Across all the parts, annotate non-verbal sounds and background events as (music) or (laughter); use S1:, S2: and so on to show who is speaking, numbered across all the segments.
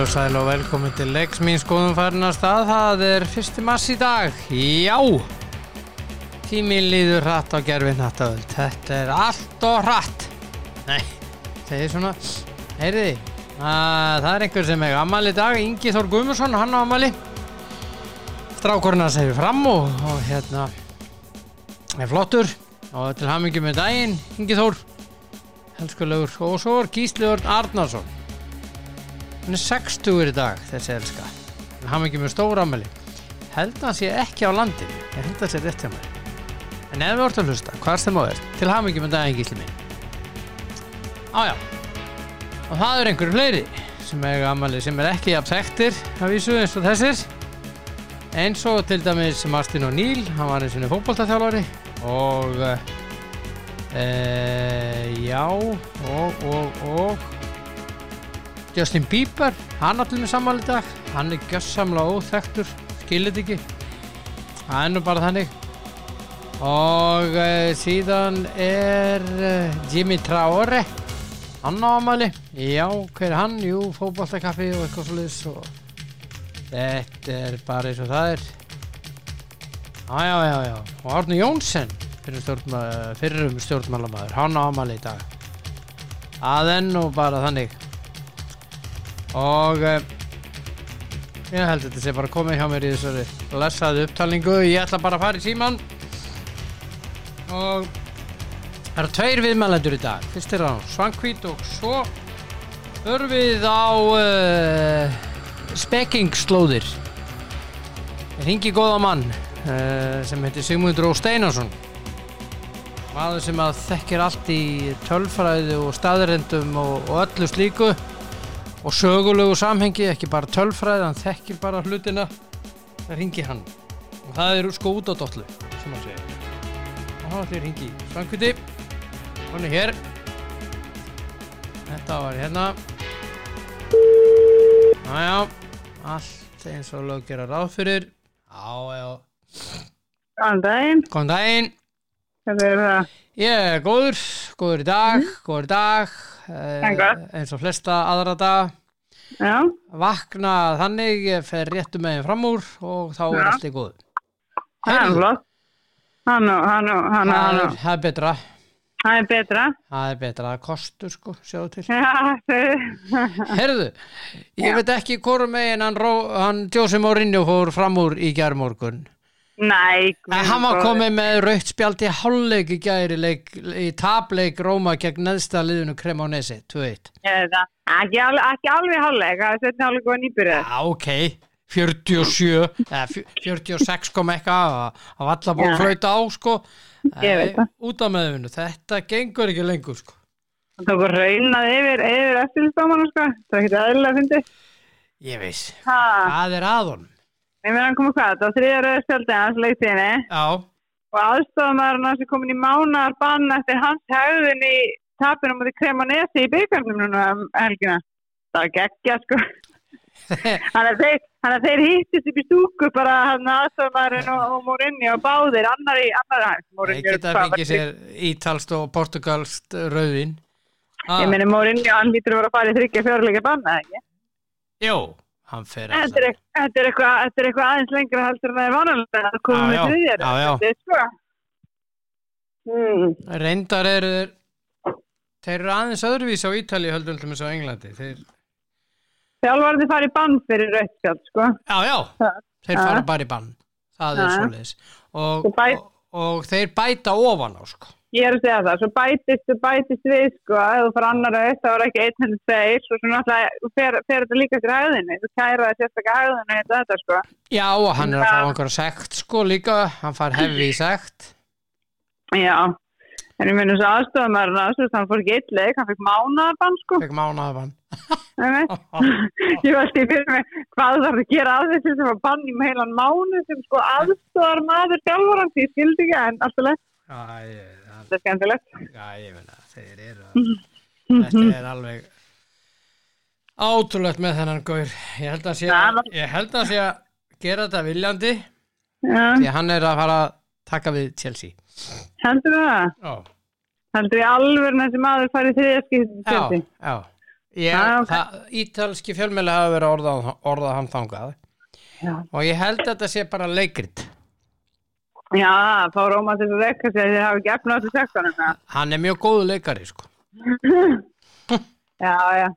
S1: og sæl og velkomin til Legs mín skoðum farin að stað. Það er fyrsti mass í dag. Já! Tíminn líður hratt á gerfin hattaöld. Þetta er allt og hratt. Nei, segir svona. Heyriði, að það er einhver sem er ammali í dag. Ingi Þór Guðmundsson, hann á ammali. Strákurinn hans hefur fram og, og hérna er flottur. Og til hamingi með daginn, Ingi Þór. Elskulegur. Og svo er Gísli Örn Arnarsson. Hann er 60 í dag, þessi elska. En hann ekki með stóra ammali. Held að hann sé ekki á landinu. Ég held að hann sé rétt hjá mér. En ef við orðum að hlusta, hvað sem á þér? Til hann ekki með daginn gísli minn. Ájá. Og það eru einhverju fleiri sem eiga ammali sem er ekki jafn sektir af vísu eins og þessir. Eins og til dæmis Martin og Níl, hann var eins og fótboltaþjálfari og e, já og og og Justin Bieber, hann allir með sammáli í dag hann er gjössamlega óþektur skilir þetta ekki það er nú bara þannig og uh, síðan er uh, Jimmy Traore hann á ammali já, hver er hann? Jú, fótballtakaffi og eitthvað svolítið og þetta er bara eins og það er já, já, já, já og Arne Jónsson fyrir, stjórnma, fyrir um stjórnmálamæður hann á ammali í dag að enn og bara þannig og eh, ég held að þetta sé bara komið hjá mér í þessari lesaðu upptalningu ég ætla bara að fara í síman og það eru tveir viðmælendur í dag fyrst er hann Svankvít og svo förum við á uh, spekkingslóðir hingi góða mann uh, sem heitir Sigmundur Ó Steinarsson maður sem að þekkir allt í tölfræði og staðrendum og, og öllu slíku og sögulegu samhengi, ekki bara tölfræði, hann þekkir bara hlutina, það ringi hann. Og það eru sko út á dollu, sem hann segir. Og hann ætlir ringi í Svankviti, hann er hér. Þetta var hérna. Næja, allt eins og lög gera ráð fyrir. Já, já,
S2: Góðan daginn,
S1: kom daginn.
S2: þetta er uh, það.
S1: Ég er góður, góður í dag, góður í dag,
S2: En
S1: eh,
S2: hvað?
S1: eins og flesta aðra dag.
S2: Já,
S1: vakna þannig, ég fer réttu meginn fram úr og þá er
S2: Já.
S1: allt í góð
S2: það er flott. Hann og, hann og,
S1: það
S2: hann og, hann
S1: er,
S2: og.
S1: það er betra
S2: Það er betra.
S1: það er betra að kostu sko, sjáðu til
S2: Já, (laughs) þau-
S1: herðu, ég veit ekki hvort meginn hann, Ró- hann Jósi Mourinho fór fram úr í gærmorgun
S2: Nei,
S1: en hann var komið með raukt spjald í hálfleik í gæri leik, í tapleik Róma gegn neðsta liðinu Cremonese 2-1,
S2: Eða, ekki, alveg, ekki alveg hálfleik, það er setni hálfleik og nýbyrðið.
S1: já ok 47, eða fjö- 46 kom eitthvað, það var allar búin
S2: Já.
S1: flöita á sko
S2: Ég veit það.
S1: Út af meðvinu, þetta gengur ekki lengur sko.
S2: Það tók að raunað yfir, yfir eftirlistámanu, sko. Það er ekkert aðlilega að fyndi.
S1: Ég veist.
S2: Ha,
S1: Það er aðon.
S2: ég meðan hann komið hvað, það var þriðja rauða spjaldið hans leiktiðinni
S1: Já,
S2: og aðstofamæðurinn hans er komin í mánar bann eftir hans hegðun í tapinu mútið Kremonesi í byggarnum núna um helgina. Það var geggja,
S1: (laughs)
S2: sko. Þannig að þeir, þannig að þeir hittist upp í stúku bara hann aðstofamæðurinn og, og Morinni og báðir annar í annar hans.
S1: ég geta fengið sér ítalst og portugalst rauðin.
S2: Ég meini Morinni, hann lítur að vera að fara í þryggja fjárleika banna, ekki?
S1: Jó, hann fer
S2: Þetta er
S1: alltaf.
S2: eitth- þetta er eitthvað þetta er eitthvað aðeins lengra heldur en það er vanalega að koma
S1: Já,
S2: með
S1: já.
S2: þriðjar.
S1: Já, já.
S2: Þetta er sko. Mm.
S1: Reyndar eru þeir, þeir eru aðeins öðruvísi á Ítali höldum til mér svo Englandi. Þeir,
S2: Þjálfarði farið bann fyrir rauðskjald, sko.
S1: já, já,
S2: Já.
S1: þeir fara bara í bann. Það er
S2: Já.
S1: svoleiðis. Og,
S2: Þeir bæ-
S1: og, og þeir bæta ofan á sko.
S2: Ég er að segja það, svo bætist og bætist við sko, ef þú fara annar auð, þá er ekki einn henni tveir, svo svona alltaf, þú fer, fer þetta líka eftir hæðinni, þú kæra það sérstaklega hæðinni þetta, þetta sko.
S1: Já, og hann er að
S2: Já.
S1: fá einhverja sekt sko líka. Hann far hefði í sekt.
S2: Já, en ég minn þess að aðstofamæðurinn aðstofamæðurinn, hann fór ekki eitt leik, hann fekk mánaðabann sko,
S1: Fekk mánaðabann.
S2: nefnir. Ég veist ég fyrir mig hvað þarf að gera að þessu sem var bann í um heilan mánu sem sko aðstofar maður þjálfvaran, því ég skildi ekki, en alltaf leik,
S1: Æ, það-
S2: þetta er skemmtilegt.
S1: já, ég meina, þeir eru að- þetta er alveg átulegt með þennan gaur ég held að sé að, ég held að, sé að gera þetta viljandi
S2: Já,
S1: því að hann er að fara að taka við Chelsea
S2: heldur það?
S1: já,
S2: Heldur ég alveg þessi maður farið þriðaskipti
S1: já, já Ég,
S2: Ah, ok.
S1: það, ítalski fjölmjöli hafa verið orðað, orðað hann þangað
S2: Já.
S1: og ég held að þetta sé bara leikrit
S2: Já, þá róma þessu vekka sér þið hafa ekki efna á þessu hérna. sexanum. eða?
S1: hann er mjög góð leikari sko
S2: Já, já.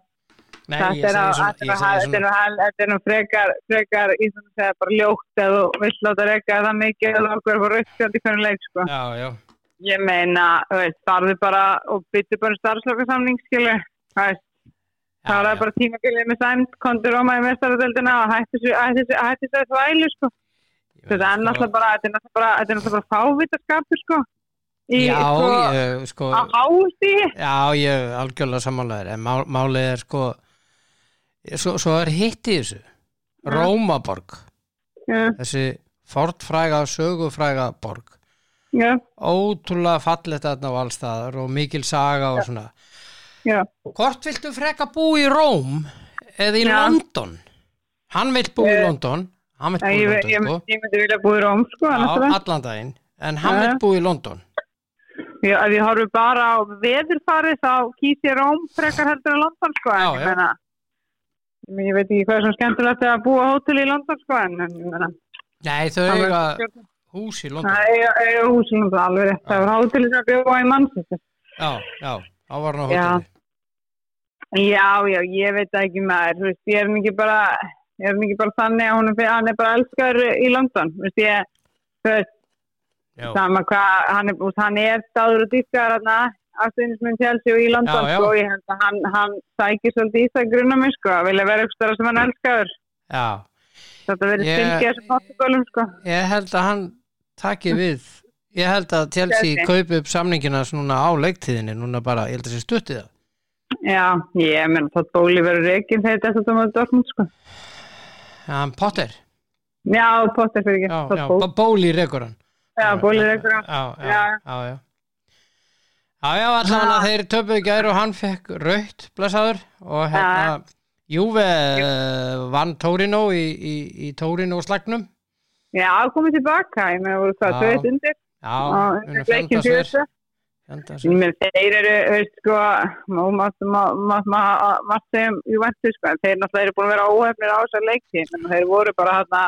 S1: Nei, ég
S2: Þetta er
S1: segi svona-
S2: á- þetta
S1: ég segi
S2: er á- þetta er
S1: svona-
S2: á- þetta er nú frekar, frekar í svona segja bara ljótt ef þú vill láta reyka það mikið eða okkur er bara rauðskjöld í hvernig leik sko.
S1: Já, já,
S2: Ég meina, þú veist, farðu bara og byttu bara um starfslokasamning skilu. Það veist,
S1: Já,
S2: það
S1: já.
S2: er bara tímabilið með sæmt, kontur róma í mestaradöldina og hætti þessu- hætti þessu- hætti þessu þvælu sko.
S1: Ég veit
S2: Þetta er
S1: sko-
S2: náttúrulega bara, þetta er náttúrulega bara, þetta er náttúrulega bara fávitaskapur sko. Í,
S1: Já,
S2: sko,
S1: ég, sko
S2: á hási.
S1: Já, ég er algjörlega sammálaður en má, málið er sko svo, svo er hitt í þessu Rómaborg
S2: Já,
S1: þessi fortfræga sögufræga borg
S2: já,
S1: ótrúlega fallet þarna á allstaðar og mikil saga og svona
S2: já.
S1: Hvort viltu freka bú í Róm eða í
S2: Já.
S1: London? Hann vill bú í London hann vill bú í
S2: Ég, ég,
S1: London
S2: ég,
S1: sko
S2: myndi- ég myndi vilja búið róm sko. annars
S1: Já,
S2: vegar.
S1: allan daginn en hann
S2: Já.
S1: vill bú í London
S2: Já, ef ég horfi bara á veðurfari þá kýs ég Róm frekar heldur en London sko en
S1: Já,
S2: ég
S1: já.
S2: meina ég meina, ég veit ekki hvað er svona skemmtilegt við að búa á hótel í London sko en en ég meina
S1: Nei, þau
S2: það
S1: eiga
S2: verður-
S1: hús í London
S2: það eiga- eiga hús í London alveg rétt það var hótel sem að bjóða í mannsins
S1: Já, já, þá var hann á
S2: Já.
S1: hóttunni
S2: já já ég veit það ekki maður þú veist ég er nú ekki bara ég er nú ekki bara þannig að hún er, hann er bara elskar í London þú veist ég þú veist
S1: Já,
S2: sama hvað, hann er, þú veist, hann er stáður og dýrkaðar hann aðstæðnismenn Chelsea og í London
S1: Já, já.
S2: sko, ég held að hann, hann sækir svolítið í það grunna mig sko, að vilja vera ykkur stara sem hann elskaður
S1: já
S2: þetta verið
S1: Ég-
S2: yeah. stengið þessum hottugölum sko
S1: Ég held að hann taki
S2: Mm.
S1: við Ég held að Chelsea
S2: Chelsea.
S1: kaupi upp samningina núna á leiktíðinni, núna bara, ég held að sé stuttið það.
S2: já, ég meina þátt bóli verið reygin þegar þetta þetta maður Dortmund sko
S1: Hann Potter,
S2: já, pottir fyrir
S1: já,
S2: ekki,
S1: já,
S2: þátt bóli
S1: Bo- Bóli rekur hann.
S2: já, bóli er ykkur
S1: Já, já,
S2: Já.
S1: já, já. Já, já, allan að þeir töpuðu gæru og hann fekk raut, blessaður, og hérna, Júve eh, vann Tórino í, í, í Tórino slagnum.
S2: já, komið tilbaka, ég meina voru
S1: Já.
S2: hvað, tveit undir
S1: Já,
S2: og
S1: unnu
S2: leikin
S1: fjanda sér,
S2: fjösa
S1: fjanda
S2: Ég
S1: sér.
S2: meina, þeir eru, veist, sko, má- má- má- má- má- margt sem ég væntu, sko, en þeir náttúrulega eru búin að vera óhefnir á þessar leikti, en þeir voru bara hérna,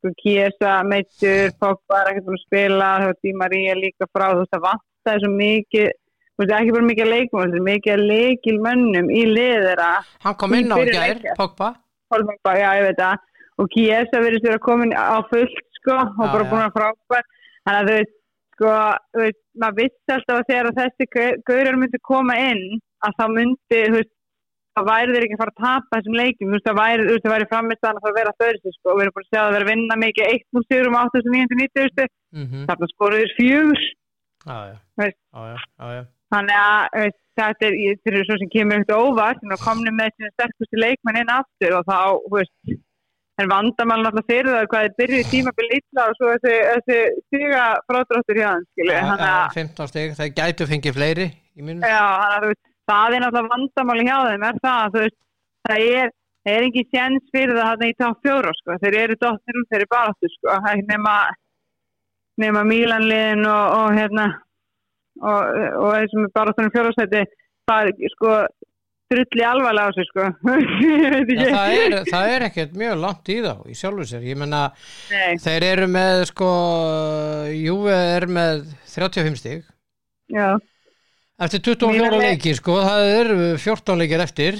S2: sko, Kiesa, Meittur, Poppa er ekkert búin að spila, þú veist, Di Maria líka frá, þú veist, það vantaði svo mikið, þú veist, ekki bara mikið að leikum, þú veist, mikið að leikil mönnum í liðera,
S1: Hann kom inn á í
S2: Fyrir
S1: gær,
S2: leikja.
S1: Pogba,
S2: Holmengba, já, ég veit það, og Kiesa verið sér að komin á fullt, sko, og
S1: Já,
S2: bara
S1: já.
S2: búin að frábæð, þannig að þau, sko, þú veist, maður vissi alltaf að þegar að þessi gau- gaurar myndi koma inn, að þá myndi, þú veist, það væri þeir ekki að fara að tapa þessum leikum, þú veist, það væri, þú veist, það væri framistæðan að fara að vera þörstu, sko, og við erum búin að segja að það vera að vinna mikið 1-0 sigurum á 8.990,
S1: mm
S2: þarna skoruður fjögur,
S1: já, já,
S2: Þú veist.
S1: já, já, já, já.
S2: þannig að þú veist, þetta er, ég- þeir eru svo sem kemur ekkert á óvart, þannig að komnum með þessi sterkustu leikmenn inn aftur og þá, þú veist, en vandamál náttúrulega fyrir það hvað þeir byrjuði tímabili illa og svo þessi, þessi stiga frádráttur hjá hann, skilju,
S1: Já,
S2: þannig að
S1: já, 15 stig, það gætu fengið fleiri í mínum.
S2: Já, þannig að þú veist, það er náttúrulega vandamáli hjá þeim, er það, að, þú veist, það er, það er ekki séns fyrir það þannig í top fjóra, sko, þeir eru dottir úr þeirri baráttu, sko, það er ekki nema, nema Mílanliðin og, og hérna, og, og þessum baráttunum fjórastætti, um það er, sko, drulli alvarlega á sig, sko, (laughs) ég veit
S1: Já,
S2: ekki,
S1: það, er, það er ekkert mjög langt í þá í sjálfu sér, ég menna
S2: nei,
S1: þeir eru með sko Júve er með 35 stig
S2: já,
S1: eftir 24
S2: Mílan er-
S1: leiki sko, það eru 14 leikir eftir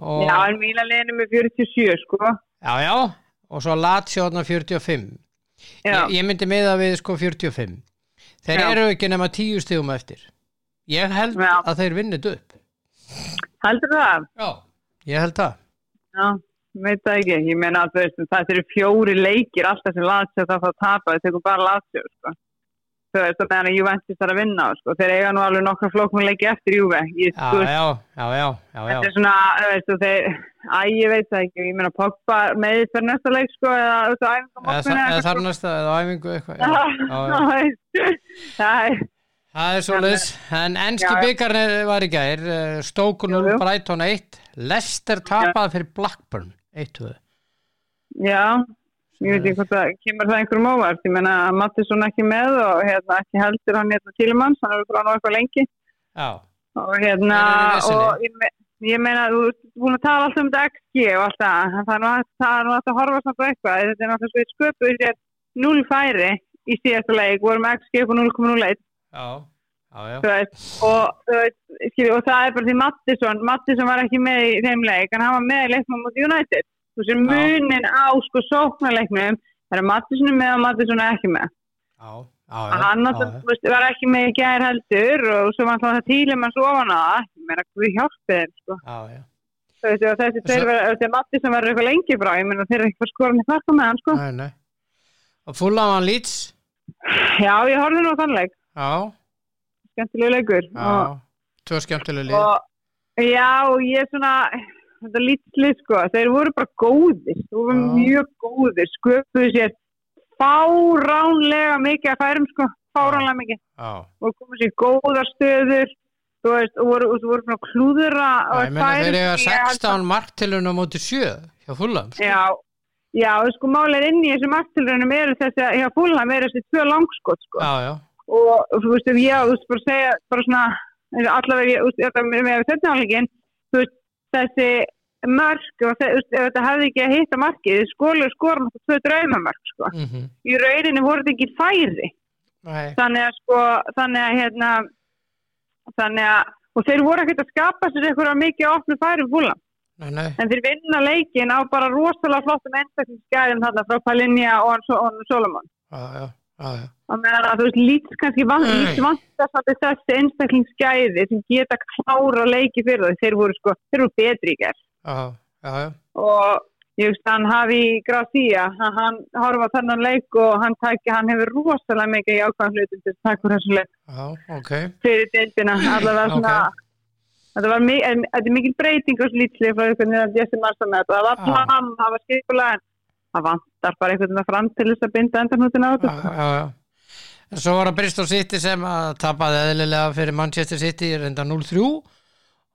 S1: og,
S2: já, en Mílanliðin er með 47, sko,
S1: já, já, og svo Lazio þarna 45
S2: já,
S1: ég, ég myndi meða við sko 45 þeir
S2: Já.
S1: eru ekki nema 10 stigum eftir ég held
S2: Já.
S1: að þeir vinnit upp
S2: heldur það,
S1: já, ég held það
S2: Já, veit það ekki. Ég meina að þú veist, það eru fjóri leikir alltaf sem Lazio það þá tapa. Þau tekur bara Lazio, sko. Þú veist, það meðan að Juventus þarf að vinna, sko. Þeir eiga nú alveg nokkra flóknum leiki eftir Juve. Ég,
S1: já,
S2: þú veist,
S1: já, já, já, já,
S2: þetta
S1: já.
S2: er svona, þú veist, og þeir, æ, ég veit það ekki. Ég meina Pogba meðið fyrir næsta leik, sko, eða sko. þú veist, æfingum
S1: Eða, þar- eða þar næsta eða á æfingu eitthvað já, já,
S2: (laughs)
S1: já.
S2: Það er,
S1: Það er svo leiðis, en ennski
S2: Já, já.
S1: byggarnir var í gær, eh, Stoke
S2: Jú,
S1: 0,
S2: jú.
S1: Brighton 1, Leicester tapaði fyrir Blackburn 1-2.
S2: já, ég veit ekki hvort það kemur það einhverjum óvart. Ég meina að Mattisson ekki með og hérna ekki heldur hann hérna Tílemanns, hann er frá nú eitthvað lengi.
S1: Já,
S2: og hérna
S1: Þeir eru í vesinni.
S2: og ég me- Ég meina, þú ert búin að tala alltaf um þetta XG og allt það, en það er nú hægt- það er nú hægt að horfa samt á eitthvað, þetta er náttúrulega svo sköpuð sér 0 færi í síðasta leik, vorum XG upp á 0,01,
S1: já, já, já.
S2: þú veist, og, þú veist, skilji, og það er bara því Mattisson, Mattisson var ekki með í þeim leik, en hann var með í leiknum mot United, þú sér munin á sko sóknarleiknum, það er Mattisson er með og Mattisson er ekki með.
S1: Já, já, já,
S2: hann
S1: já,
S2: náttúrulega, þú veist, var ekki með í gær heldur og svo var alltaf það tílum að sofa hana ég meina við hjálpið þeim sko.
S1: já, já.
S2: Þú veist, og þessi
S1: Svo-
S2: tveir verða, þessi Matti sem verður eitthvað lengi frá ég meina þeir eru ekki fara skoran í farka með hann sko.
S1: Nei, nei. Og fulla mann lýts.
S2: já ég horfði nú á þann leik
S1: Já,
S2: skemmtilegu leikur
S1: já.
S2: og,
S1: Tvö skemmtileg lið.
S2: og já og ég svona þetta lítlið sko þeir voru bara góðir þeir voru
S1: Já.
S2: mjög góðir sköpuðu sér fáránlega mikið að færum sko fáránlega mikið
S1: Já.
S2: og komið sér í góðar stöður þú veist, og voru, og þú voru svona að klúðra
S1: Já, ég meina þeir eiga
S2: Ég held
S1: 16 marktilunum móti 7 hjá fullam.
S2: að- já, já, sko málið inn í þessu marktilrunum eru þessi, hjá fúlnum eru þessi tvö langskot sko.
S1: Já, já,
S2: og þú veist, ef ég, þú veist, bara segja bara svona, eins og allavega ég, þú veist, þetta með með setnaðalegin, þú veist þessi mörk, og þe- þú veist, ef þetta hefði ekki að hitta markið, skólu skorum þetta tvö draumamörk, sko
S1: mhm.
S2: í rauninni voru þetta ekki færi
S1: Nei,
S2: þannig að sko þannig að hérna þannig að og þeir voru ekkert að skapa sér eitthvað mikið um ofnu færum fúla
S1: nei, nei.
S2: en þeir vinna leikin á bara rosalega flottum einstaklingsgæðum þarna frá Palinja og hann, og hann Solomon
S1: Já, já, já, já.
S2: og meðan að þú veist lít kannski vant,
S1: Nei.
S2: lít vantast að þessi einstaklingsgæði sem geta klára leiki fyrir það þeir voru sko, þeir voru betri í gerð
S1: Já, já, já.
S2: og ég veist hann hafi Gracia, hann, hann horfa þannan leik og hann tæki, hann hefur rosalega mikið jákvæðan hlutum til að taka úr þessu leik
S1: Já, ok.
S2: fyrir deildina allavega svona
S1: Ok.
S2: þetta var mi- en þetta er mikil breyting og slítlið frá einhvern veginn að Jesse Marsan með þetta það var
S1: Já.
S2: plan, það var skipulega en það vantar bara einhvern veginn fram til þess að binda endarnútin á
S1: Já,
S2: þetta
S1: já, já. En svo var það Bristol City sem að tapaði eðlilega fyrir Manchester City reynda 0-3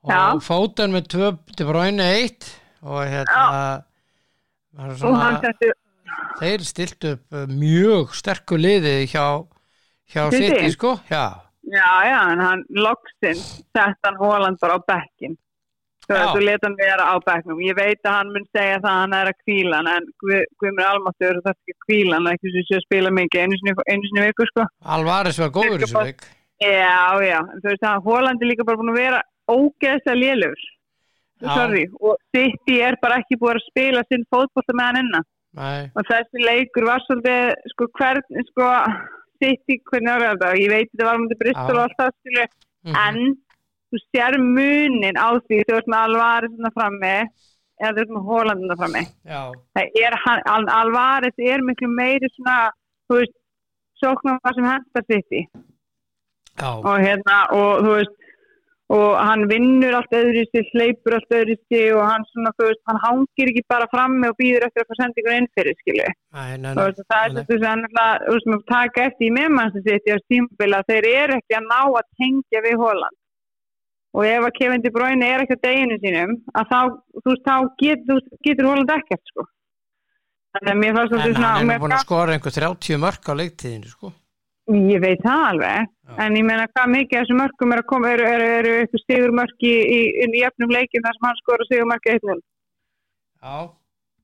S2: Já.
S1: og fótun með 2 til bráinu 1 og hérna var
S2: og hann þessi,
S1: þeir stilt upp uh, mjög sterku liði hjá, hjá
S2: City?
S1: City sko já,
S2: já já, en hann loksinn sett hann Holland bara á bekkin
S1: Já.
S2: þú veist, þú leta hann vera á bekknum ég veit að hann mun segja það að hann er að kvíla hann, en Guð- Guðmur Almastur það er ekki að kvíla hann, ekki sem sé að spila mikið einu sinni, einu sinni í viku sko
S1: Alvaris var góður í þessu leik
S2: Já, já, en þú veist að Hólandi er líka bara búin að vera ógeðslega lélur
S1: Já.
S2: Sorry, og City er bara ekki búin að spila sinn fótbolta með hann innan
S1: Nei,
S2: og þessi leikur var svolítið sko hvern, sko City, hvernig var þetta, ég veit þetta var um þetta
S1: Já.
S2: Bristol og allt það skilu,
S1: mhm,
S2: en þú sér munin á því þú veist með Alvarez frammi eða þú veist með Hólandina frammi
S1: já,
S2: það er hann, Al- Alvarez er miklu meiri svona, þú veist sóknum hvað sem hentar City
S1: já,
S2: og hérna og þú veist og hann vinnur allt öðrusti, hleypur allt öðrusti og hann svona, þú veist, hann hangir ekki bara frammi og býður eftir að fá sendingur inn fyrir, skilju.
S1: nei, nei,
S2: Þú
S1: nei,
S2: veist, og það er
S1: nei,
S2: þetta sem hann alltaf, þú veist, maður taka eftir í meðmannstu sitt í þessu tímabili að þeir eru ekki að ná að tengja við Holland. Og ef að Kevin De Bruyne er ekki á deginu sínum, að þá, þú veist, þá get, þú veist, getur Holland ekkert, sko. Þannig að mér fannst
S1: En
S2: þetta svona...
S1: hann er
S2: mér
S1: nú búin að
S2: fannst-
S1: skora einhver 30 mörg á leiktíðinu sko
S2: Ég veit það alveg,
S1: Já.
S2: en ég meina hvað mikið af þessu mörgum er að koma, eru, eru, eru eitthvað sigurmörk í, í, í jafnum leikin þar sem hann skora sigurmörk einnum.
S1: Já,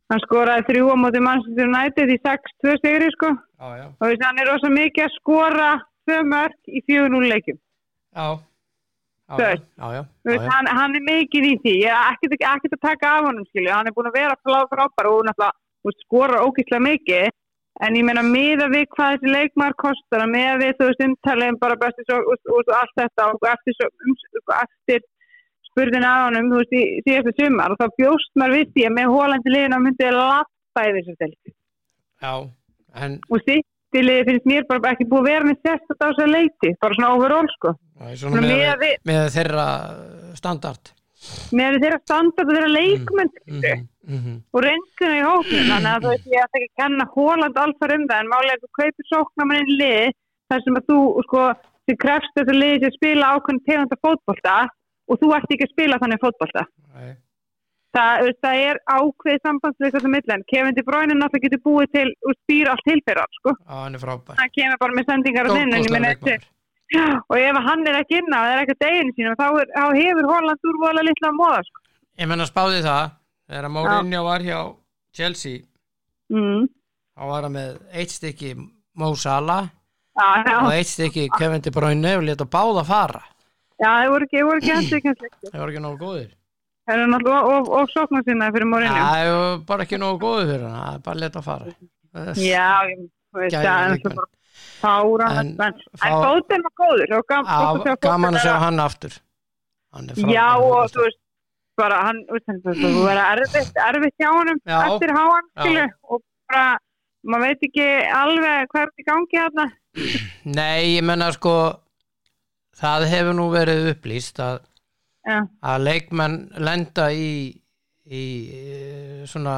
S2: Hann skoraði þrjú á móti mannstur nætið í 6-2 sigri sko og
S1: já, já,
S2: þú veist, hann er rosa mikið að skora tvö mörg í 4-0 leikum.
S1: já Já,
S2: Þú
S1: já,
S2: veist.
S1: já, já,
S2: Þú
S1: já,
S2: veist,
S1: já.
S2: hann, hann er mikið í því, ég er ekkert, ekkert að taka af honum skilju, hann er búin að vera flá- frábær og náttúrulega þú veist, skorar ógíslega mikið. En ég meina miða við hvað þessi leikmar kostar að miða við þú veist umtalið bara besti svo og, og, og allt þetta og eftir, svo, um, eftir spurðin að honum þú veist í síðasta sumar og þá bjóst maður við því að með hólandi liðin á myndið að lappa yfir þessu stelti.
S1: já En,
S2: Og sýtti liði finnst mér bara ekki búið að vera með sérst á þessu leiti, bara svona overall sko.
S1: já, ég
S2: Svona
S1: svona
S2: miða
S1: með,
S2: við,
S1: með þeirra uh, standart
S2: með þeirra standart og þeirra leikmenn
S1: mm
S2: skilju.
S1: -hmm.
S2: og reynskuna í hóknum þannig að þú veist ég ætla ekki að kenna Hóland alfar um það en málega þú kaupir sóknamann í lið þar sem að þú sko þið krefst þess að liði til að spila ákveðin tegunda fótbolta og þú ert ekki að spila þannig fótbolta
S1: Nei,
S2: það, þú veist, það er ákveðið sambandsleik þessum millen, Kevin De Bruyne náttúrulega getur búið til og spýra allt til fyrir hann sko
S1: já, hann er frábær
S2: hann kemur bara með sendingar á þinn en ég
S1: Stórkostlegur
S2: meina
S1: leikmaður.
S2: og ef hann er ekki inn á, það er ekki deginu sínum, þá, er, þá hefur Holland úrvala litla móða, sko.
S1: Ég menna spáði það, þegar Mourinho var hjá Chelsea,
S2: Mm.
S1: þá var hann með eitt stykki Mo Salah
S2: Já, já,
S1: og eitt stykki Kevin De Bruyne og leta báða fara.
S2: já, það voru ekki, það voru ekki hans ekki.
S1: Það var ekki nógu góðir.
S2: Það eru náttúrulega of, of sóknar sinna fyrir
S1: Já,
S2: morinu. Já,
S1: það var bara ekki nógu góðir fyrir hann, það er bara leta fara.
S2: já, þú veist,
S1: Gæði
S2: það
S1: leikmenn.
S2: er náttúrulega bara fára.
S1: En
S2: En, en,
S1: fá-
S2: en fótinn var góður og gam,
S1: Á,
S2: gott að sjá fótinn
S1: gaman að sjá
S2: þeirra.
S1: hann aftur. Hann er
S2: Já,
S1: frábær.
S2: og þú veist, bara hann, þú veist, þú veist, þú verður erfitt, erfitt hjá honum
S1: Já.
S2: eftir háan,
S1: Já.
S2: skilu, og bara, maður veit ekki alveg hvað er í gangi þarna.
S1: Nei, ég menna sko, það hefur nú verið upplýst að
S2: Já,
S1: að leikmenn lenda í, í eh, svona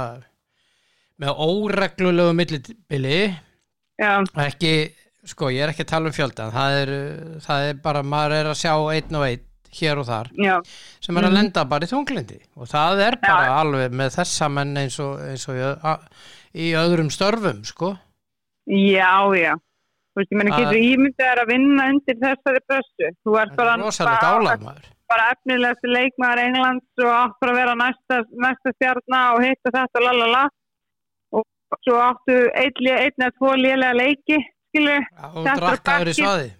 S1: með óreglulegu millibili
S2: já,
S1: ekki, sko ég er ekki að tala um fjöldan það er, eh, það er bara, maður er að sjá einn og einn hér og þar
S2: já,
S1: sem
S2: Mhm.
S1: er að lenda bara í þunglindi og það er bara alveg með þessa menn eins og, eins og í, ö- a- í öðrum störfum sko
S2: já, já. Þú veist, ég menna,
S1: Það-
S2: getur ímyndaðar að vinna undir þessari pressu. Þú ert
S1: það
S2: bara,
S1: Ah. er rosalegt álag maður
S2: bara efnilegstu leikmaður Englands og áttur að vera næsta, næsta stjarna og hitta þetta og lalala. Og svo áttu einn lé- einn eða tvo lélega leiki, skilu.
S1: Já, og
S2: Þetta er
S1: drakk aður í
S2: bakki.
S1: svaði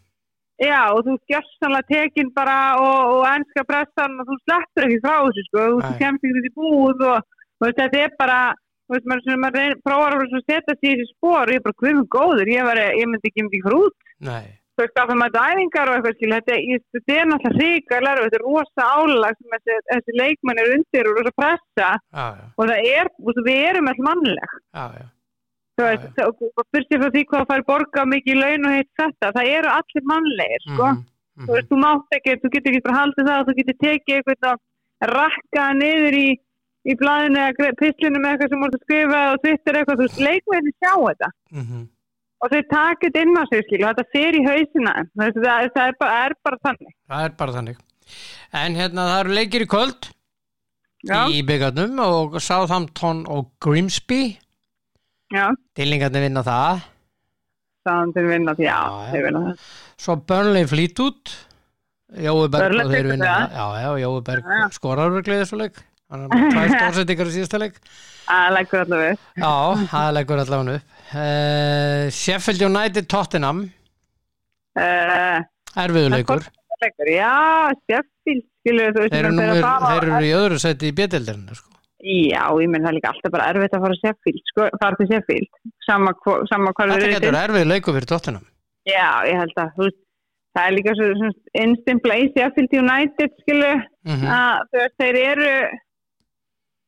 S2: Já, og þú skjörsanlega tekin bara og, og ennska pressan og þú sleppur ekki frá þessu, sko, þú
S1: Nei.
S2: kemst ekki út í búð og þú veist, þetta er bara, þú veist, maður, svona, maður reyn, prófar að vera svo að setja sig í þessi spór og ég er bara kvimum góður, ég, var, ég myndi ekki myndi ekki fara út,
S1: Nei,
S2: þú veist, áfram að dæfingar og eitthvað, skil, þetta, er- ég, þetta er náttúrulega ríkarlega, þetta er rosa álag sem þessi, þessi leikmenn er undir og rosa pressa
S1: já, já,
S2: og það er, þú veist, við erum all mannleg
S1: já, já.
S2: þú veist,
S1: Já,
S2: og og burt ég frá því hvað það fær borga mikið í laun og heitt þetta, það eru allir mannlegir, sko
S1: Mhm, mhm.
S2: þú veist, þú mátt ekki, þú getur ekki bara haldið það, þú getur tekið eitthvað að rakka niður í, í blæðinu eða pislinu með eitthvað sem voru að skrifa og tvittir eitthvað, þú veist, leikmenni sjá þetta
S1: Mhm.
S2: og þeir taka þetta inn á sig, skilu, þetta fer í hausina þeim. Þú veist, það, það er, bara, er bara þannig
S1: Það er bara þannig. En hérna það eru leikir í kvöld
S2: já,
S1: í byggarnum og Southampton og Grimsby.
S2: já,
S1: Dillingarnir vinna það.
S2: þannig þeir vinna því, já,
S1: Já, já.
S2: þeir vinna það
S1: Svo Burnley flýt út. Jói Berg
S2: Burnley
S1: og þeir
S2: flytur
S1: vinna það.
S2: það.
S1: Já, já, Jói Berg skorar örglið þessu leik. Hann er
S2: (laughs)
S1: með tvær stórsendingar í síðasta leik.
S2: það leggur allavega við.
S1: Já, það leggur allavega hann upp. Uh, Sheffield United Tottenham,
S2: Eh,
S1: erfiðu leikur.
S2: það leggur, já, Sheffield skilu, þú veist,
S1: Þeir eru,
S2: menn
S1: nú,
S2: þeir að fara á-
S1: þeir eru í öðru seti í bjetildirinu. Sko.
S2: já, ég menn það er líka alltaf bara erfitt að fara að Sheffield, sko, fara til Sheffield sama, hvo- sama hvað
S1: Þetta getur erfiðu leikur fyrir Tottenham.
S2: Já, ég held að þú veist, það er líka svo svona instant place í Sheffield United skilu
S1: Mm
S2: að þeir, þeir eru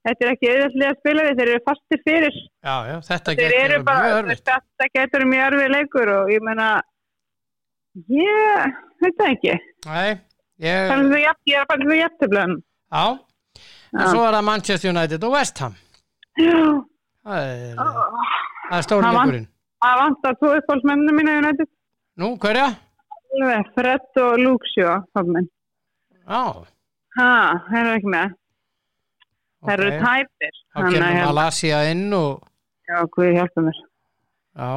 S2: þetta er ekki auðvitað að spila þeir eru fastir fyrir
S1: Já, já, þetta
S2: þeir
S1: getur
S2: eru
S1: verið
S2: bara,
S1: mjög
S2: þú
S1: erfitt.
S2: veist, þetta getur mjög örfið leikur og ég meina ég veit það ekki
S1: Nei, ég...
S2: þannig að ég er bara svo jættublöðum
S1: Já, en
S2: Já.
S1: svo er það Manchester United og West Ham
S2: það
S1: Það er, það er stóri
S2: Það var-
S1: leikurinn
S2: vantar tvo uppbólsmenninu mína í United
S1: Nú, hverja?
S2: alveg, Fred og Luke Sjó það
S1: Já,
S2: er ekki með það
S1: ok
S2: eru tæpir
S1: Þá kemur
S2: að hérna,
S1: Malasia inn og
S2: já, Guð hjálpa mér
S1: Já,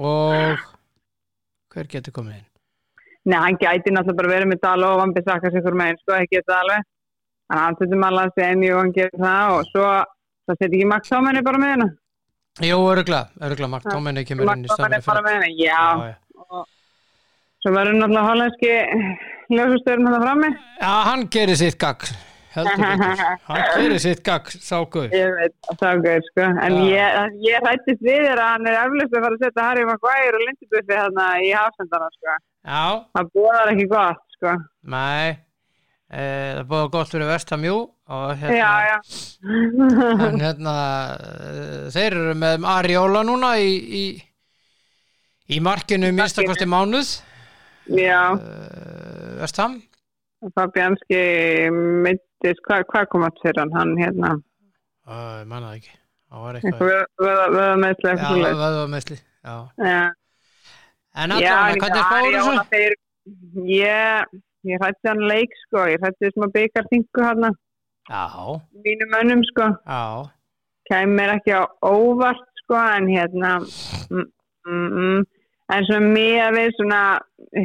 S1: og hver getur komið inn?
S2: Nei, hann gæti náttúrulega bara verið með Dala og Vambi Sakas ykkur meginn, sko, ekki þetta alveg. Þannig að hann setur maður að segja enni og hann gerir það og svo, svo setur ekki Max Tómenni bara með hérna. hennu.
S1: Jú, örgla, örgla, Mark Tóminni kemur inn
S2: Max
S1: í
S2: Tómenni
S1: stafnir
S2: bara með hennu, já.
S1: Já, já.
S2: Svo verður náttúrulega hollenski ljósustöðurinn hann frammi.
S1: já, hann gerir sitt gagg Heldur betur.
S2: (laughs)
S1: Hann gerir sitt gagg, sákuð
S2: Ég veit, það er gauð, sko. En
S1: Já.
S2: ég, ég rættist við þér að hann er eflust að fara að setja Harry Maguire og Lindibuffi þarna í hafsendana, sko.
S1: Já,
S2: Það búðar ekki gott, sko.
S1: nei e, Það er búið gott fyrir West Ham, jú og hérna,
S2: Já,
S1: (laughs)
S2: já.
S1: en hérna eh, þeir eru með Ariola núna í, í, í markinu minnstakosti mánuð eh,
S2: já.
S1: Vestham
S2: Fabianski mittist, hvað hva kom að fyrir hann, hann hérna?
S1: uh, ég manna það ekki það var eitthvað
S2: Vöða meðslega
S1: Já,
S2: eitthvað svoleiðis.
S1: vöðvameisli, já.
S2: Já,
S1: en
S2: Já,
S1: allavega,
S2: en
S1: hvernig
S2: já,
S1: spáður
S2: já,
S1: þessu?
S2: það er- Ég, ég hrætti hann leik sko, ég hrætti þessum að byggar þingu hann
S1: já,
S2: mínum mönnum sko,
S1: já,
S2: kæm mér ekki á óvart sko, en hérna mm, mm, mm, en svona mér við svona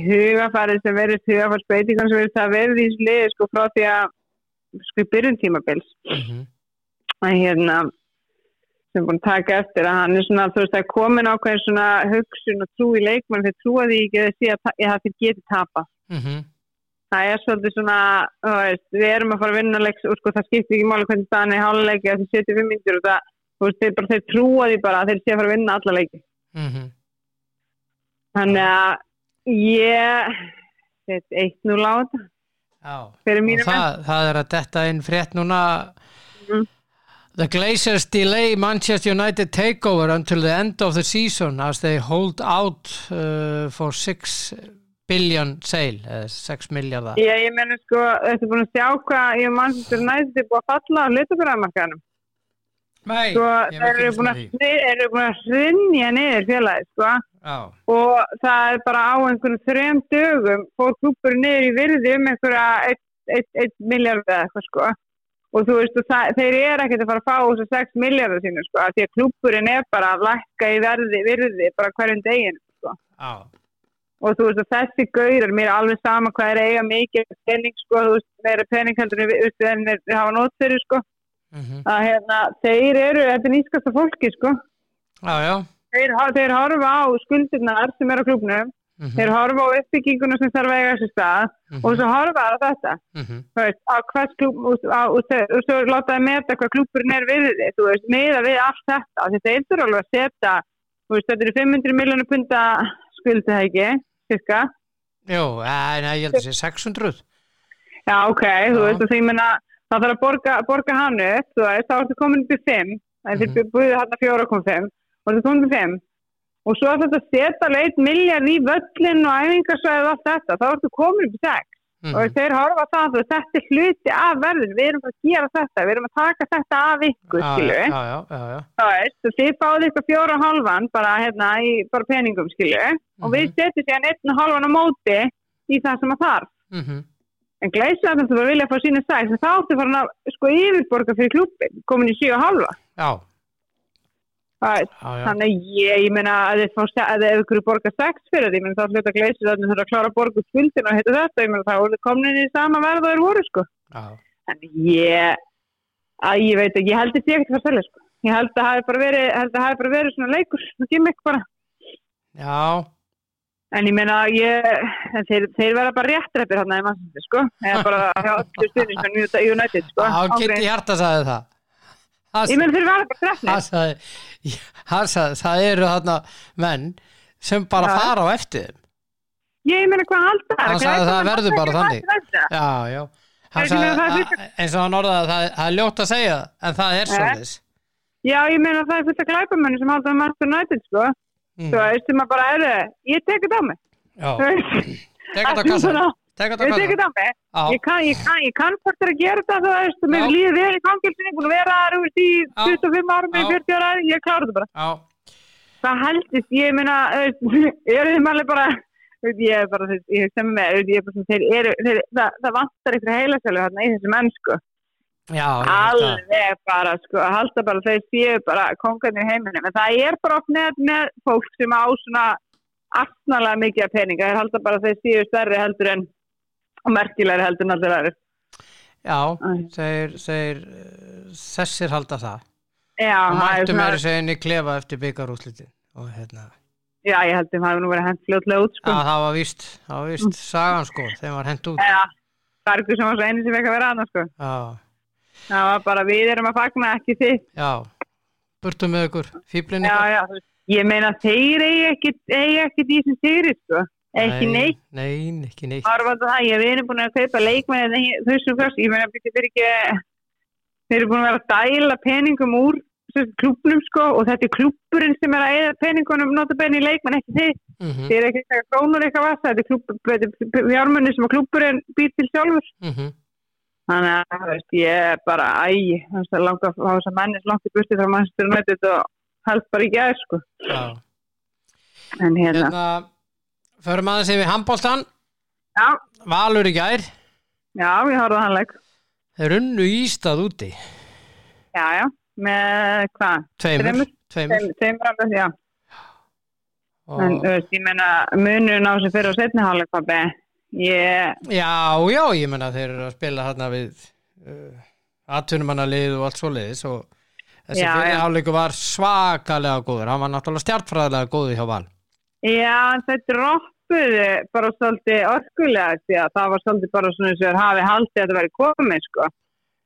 S2: hugafarið sem verið hugafarsbreytingan sem verið það verið í þessu liði sko frá því að sko í byrjun tímabils
S1: Mhm.
S2: að hérna sem er búin að taka eftir að hann er svona þú veist það er komin ákveðin svona hugsun og trú í leikmann þegar trúa því ekki að því að ta- að þeir geti tapa
S1: Mhm.
S2: það er svolítið svona þú veist, við erum að fara að vinna leiks og sko það skiptir ekki máli hvernig staðan er í háluleiki að þeir setja fimm myndir og það þú veist þeir bara þeir trúa því bara að þeir sé að fara að vinna alla leiki
S1: Mhm.
S2: þannig að ég set eitt nú láta
S1: Já.
S2: fyrir
S1: Og
S2: mínum menn
S1: það, það er að detta inn frétt núna
S2: Mhm.
S1: The Glazers delay Manchester United takeover until the end of the season as they hold out uh, for 6 billion sale, uh, 6 miljardar
S2: Ég, ég meni sko, þetta er búin að sjá hvað ég og mannstur næst er búin að falla á hlutabræðamarkanum.
S1: Nei,
S2: Sko,
S1: ég
S2: þeir
S1: veit ekki
S2: eru búin
S1: svona
S2: að
S1: því.
S2: sni- þeir eru búin að hrinja niður félagið, sko.
S1: Já,
S2: Og það er bara á einhvern þrem dögum fór klúpur niður í virði um einhverja 1 miljard eða eitthvað, sko. Og þú veist, og það, þeir eru ekkert að fara að fá þessu 6 miljardar sínu, sko. af Því að klúpurinn er bara að lækka í verði, virði bara hverjum deginu, sko.
S1: já,
S2: og þú veist að þessi gaurar, mér er alveg sama hvað er eiga mikið pening sko, þú veist, meira pening heldur en við, þú veist, en við hafa nót fyrir sko,
S1: mhm.
S2: að hérna, þeir eru, þetta er nýskasta fólki sko,
S1: já, já.
S2: þeir, har- þeir horfa á skuldirnar sem er á klubnum,
S1: Mhm,
S2: þeir horfa á uppbygginguna sem þarf að eiga sér stað
S1: mhm,
S2: og svo horfa á þetta,
S1: mhm.
S2: þú veist, á hvers klub, og, á, og, þeir, og svo látaði meta hvað kluburinn er við þið, þú veist, meða við allt þetta, af því þeir þurfa alveg að setja, þú veist, þetta eru 500 miljónu punta skuldahæki, cirka,
S1: Jú, eh, nei, ég held að sé 600
S2: Já, ok, þú
S1: Já.
S2: veist, og því menna, það þarf að borga, borga hann upp, þú veist, þá ertu komin upp í 5, en
S1: Mhm.
S2: þið mm. búið hann að 4,5, og ertu komin upp í 5, og svo er þetta að setja leit miljard í völlin og æfingarsvæðið og allt þetta, þá ertu komin upp í 6, og
S1: Mhm,
S2: þeir horfa á það, þú veist, þetta er hluti af verður, við erum að gera þetta, við erum að taka þetta af ykkur,
S1: Já,
S2: skilju,
S1: Já, já, já, já
S2: þá veist, og þið fáðu ykkur fjóra og hálfan, bara, hérna, í, bara peningum, skilju, og við
S1: Mhm.
S2: setjum síðan einn og hálfan á móti í það sem að þarf.
S1: Mhm,
S2: En glæsarnar þú bara vilja að fá sína sæk, en þá áttu farin að sko yfirborga fyrir klúbin, komin í 7 og halva.
S1: Já,
S2: Það er-
S1: já, já
S2: Þannig að ég, ég meina að ef það er ykkur borga 6 fyrir því, ég meina þá hluta glæsarnar þurfa að klára að borga skuldin og heita þetta, ég meina þá eru komin inn í sama verð og er voru sko.
S1: Já,
S2: Þannig að ég, að ég veit ekki, ég held þetta ég ekkert að fara að selja sko. Ég held að það hafi bara verið, held að það hafi bara verið svona leikur, svona gimmick bara.
S1: já
S2: En ég meina að ég, en þeir, þeir vera bara réttreppir hann að ég maður, sko. Eða bara hjá öllu stuðnismenn United, sko.
S1: Á
S2: Ágrein.
S1: Kitty Hjarta sagði það
S2: Ég
S1: Hann-
S2: menn þeir verða bara
S1: Hann
S2: stressnir.
S1: sagði, hann sagði það eru þarna menn sem bara
S2: Já.
S1: fara á eftir þeim
S2: Ég meina hvað halda það?
S1: Hann sagði
S2: Glæpamenn
S1: það
S2: halda
S1: verður bara
S2: ekki
S1: þannig.
S2: að halda þetta.
S1: Já, já Hann
S2: Ég meina,
S1: sagði,
S2: það er
S1: að, eins og hann orðaði það, það er ljótt að segja það en það er
S2: Nei.
S1: svoleiðis
S2: Já, ég meina það er fullt af glæpamennu sem halda um Master United, sko.
S1: Mm.
S2: Þú veist, sem að bara er það. Ég tek þetta á mig.
S1: Já,
S2: Þú veist,
S1: tek þetta á
S2: Ekki
S1: kassan
S2: svona,
S1: Tek þetta á
S2: Ég tek
S1: kassan
S2: þetta á mig.
S1: Já,
S2: Ég kann, ég kann, ég kann hvort er að gera þetta, þú veist, og
S1: Já.
S2: mér líður vel í fangilsinni, búin að vera þar, þú veist, í 25 árum, í
S1: Já.
S2: 40 ára, ég klára þetta bara.
S1: já,
S2: Það heldist, ég meina, þú veist, (laughs) eru þið alveg bara, þú veist, ég er bara, þú veist, ég hugsa með mér, þú veist, ég er bara, svona, þeir eru, þeir, það, það vantar eitthvað heilasölu hérna í þessu mennsku.
S1: já ég veit það.
S2: alveg bara sko, að halda bara þeir séu bara kongarnir í heiminum en það er bara oft með, með fólk sem á svona aftnalega mikið af peninga, þeir halda bara þeir séu stærri heldur en og merkilegri heldur en allir aðrir
S1: Já,
S2: Æ.
S1: þeir, þeir eh, þessir halda það
S2: Já,
S1: og
S2: það er
S1: mættu
S2: svona-
S1: meiri seginni klefa eftir byggarúslitin og hérna,
S2: já, ég held að það hefur nú verið hent fljótlega út
S1: já
S2: sko.
S1: það var víst það var
S2: Mm.
S1: víst sagan sko, þeim var hent út
S2: Já, það er ykkur sem var svo einu sem fekk að vera annars sko.
S1: Já,
S2: það var bara við erum að fagna ekki þitt
S1: já burtu með ykkur, fýblin
S2: já,
S1: ykkur
S2: já, þú veist, ég meina þeir eigi ekkit, eigi ekkit í sem sigri sko. ekki
S1: Nei,
S2: neitt
S1: Nei, ekki neitt
S2: Árvand og það, ég við erum búin að kaupa leikmenn þessum fyrst, ég meina byrja fyrir ekki þeir eru búin að vera að dæla peningum úr þessum klubnum sko og þetta er klubburinn sem er að eða peningunum notabenni í leikmenn, ekki þeir
S1: Mhm,
S2: þeir eru ekki að krónur eitthvað vassa þetta er klúbb- þetta er fjármunni sem að klubburinn býr til sjálfur
S1: mhm.
S2: þannig að þú veist, ég er bara æ, þannig að langa að fá þess að mennis langt í burti frá mannstur með þetta og held bara ekki að sko
S1: Já.
S2: en hérna,
S1: Hérna, förum aðeins yfir handbóltan
S2: já,
S1: Valur í gær,
S2: já, ég horfði á hann leik
S1: þeir unnu ístað úti
S2: já, já, með hvað
S1: Tveimur,
S2: Þremur.
S1: tveimur
S2: Þeim, þeim, já
S1: Og,
S2: En þú veist, ég menna munurinn á þessu fyrir og setni hálfleikpappi. Ég,
S1: já, já, ég menna þeir eru að spila hérna við uh, atvinnumannalið og allt svoleiðis og þessi
S2: Já, já.
S1: fyrirháleiku var svakalega góður, hann var náttúrulega stjartfræðilega góður hjá Val.
S2: já, en þau droppuðu bara svolítið orkulega því að það var svolítið bara svona sem þeir hafi haldið að þetta væri komið, sko.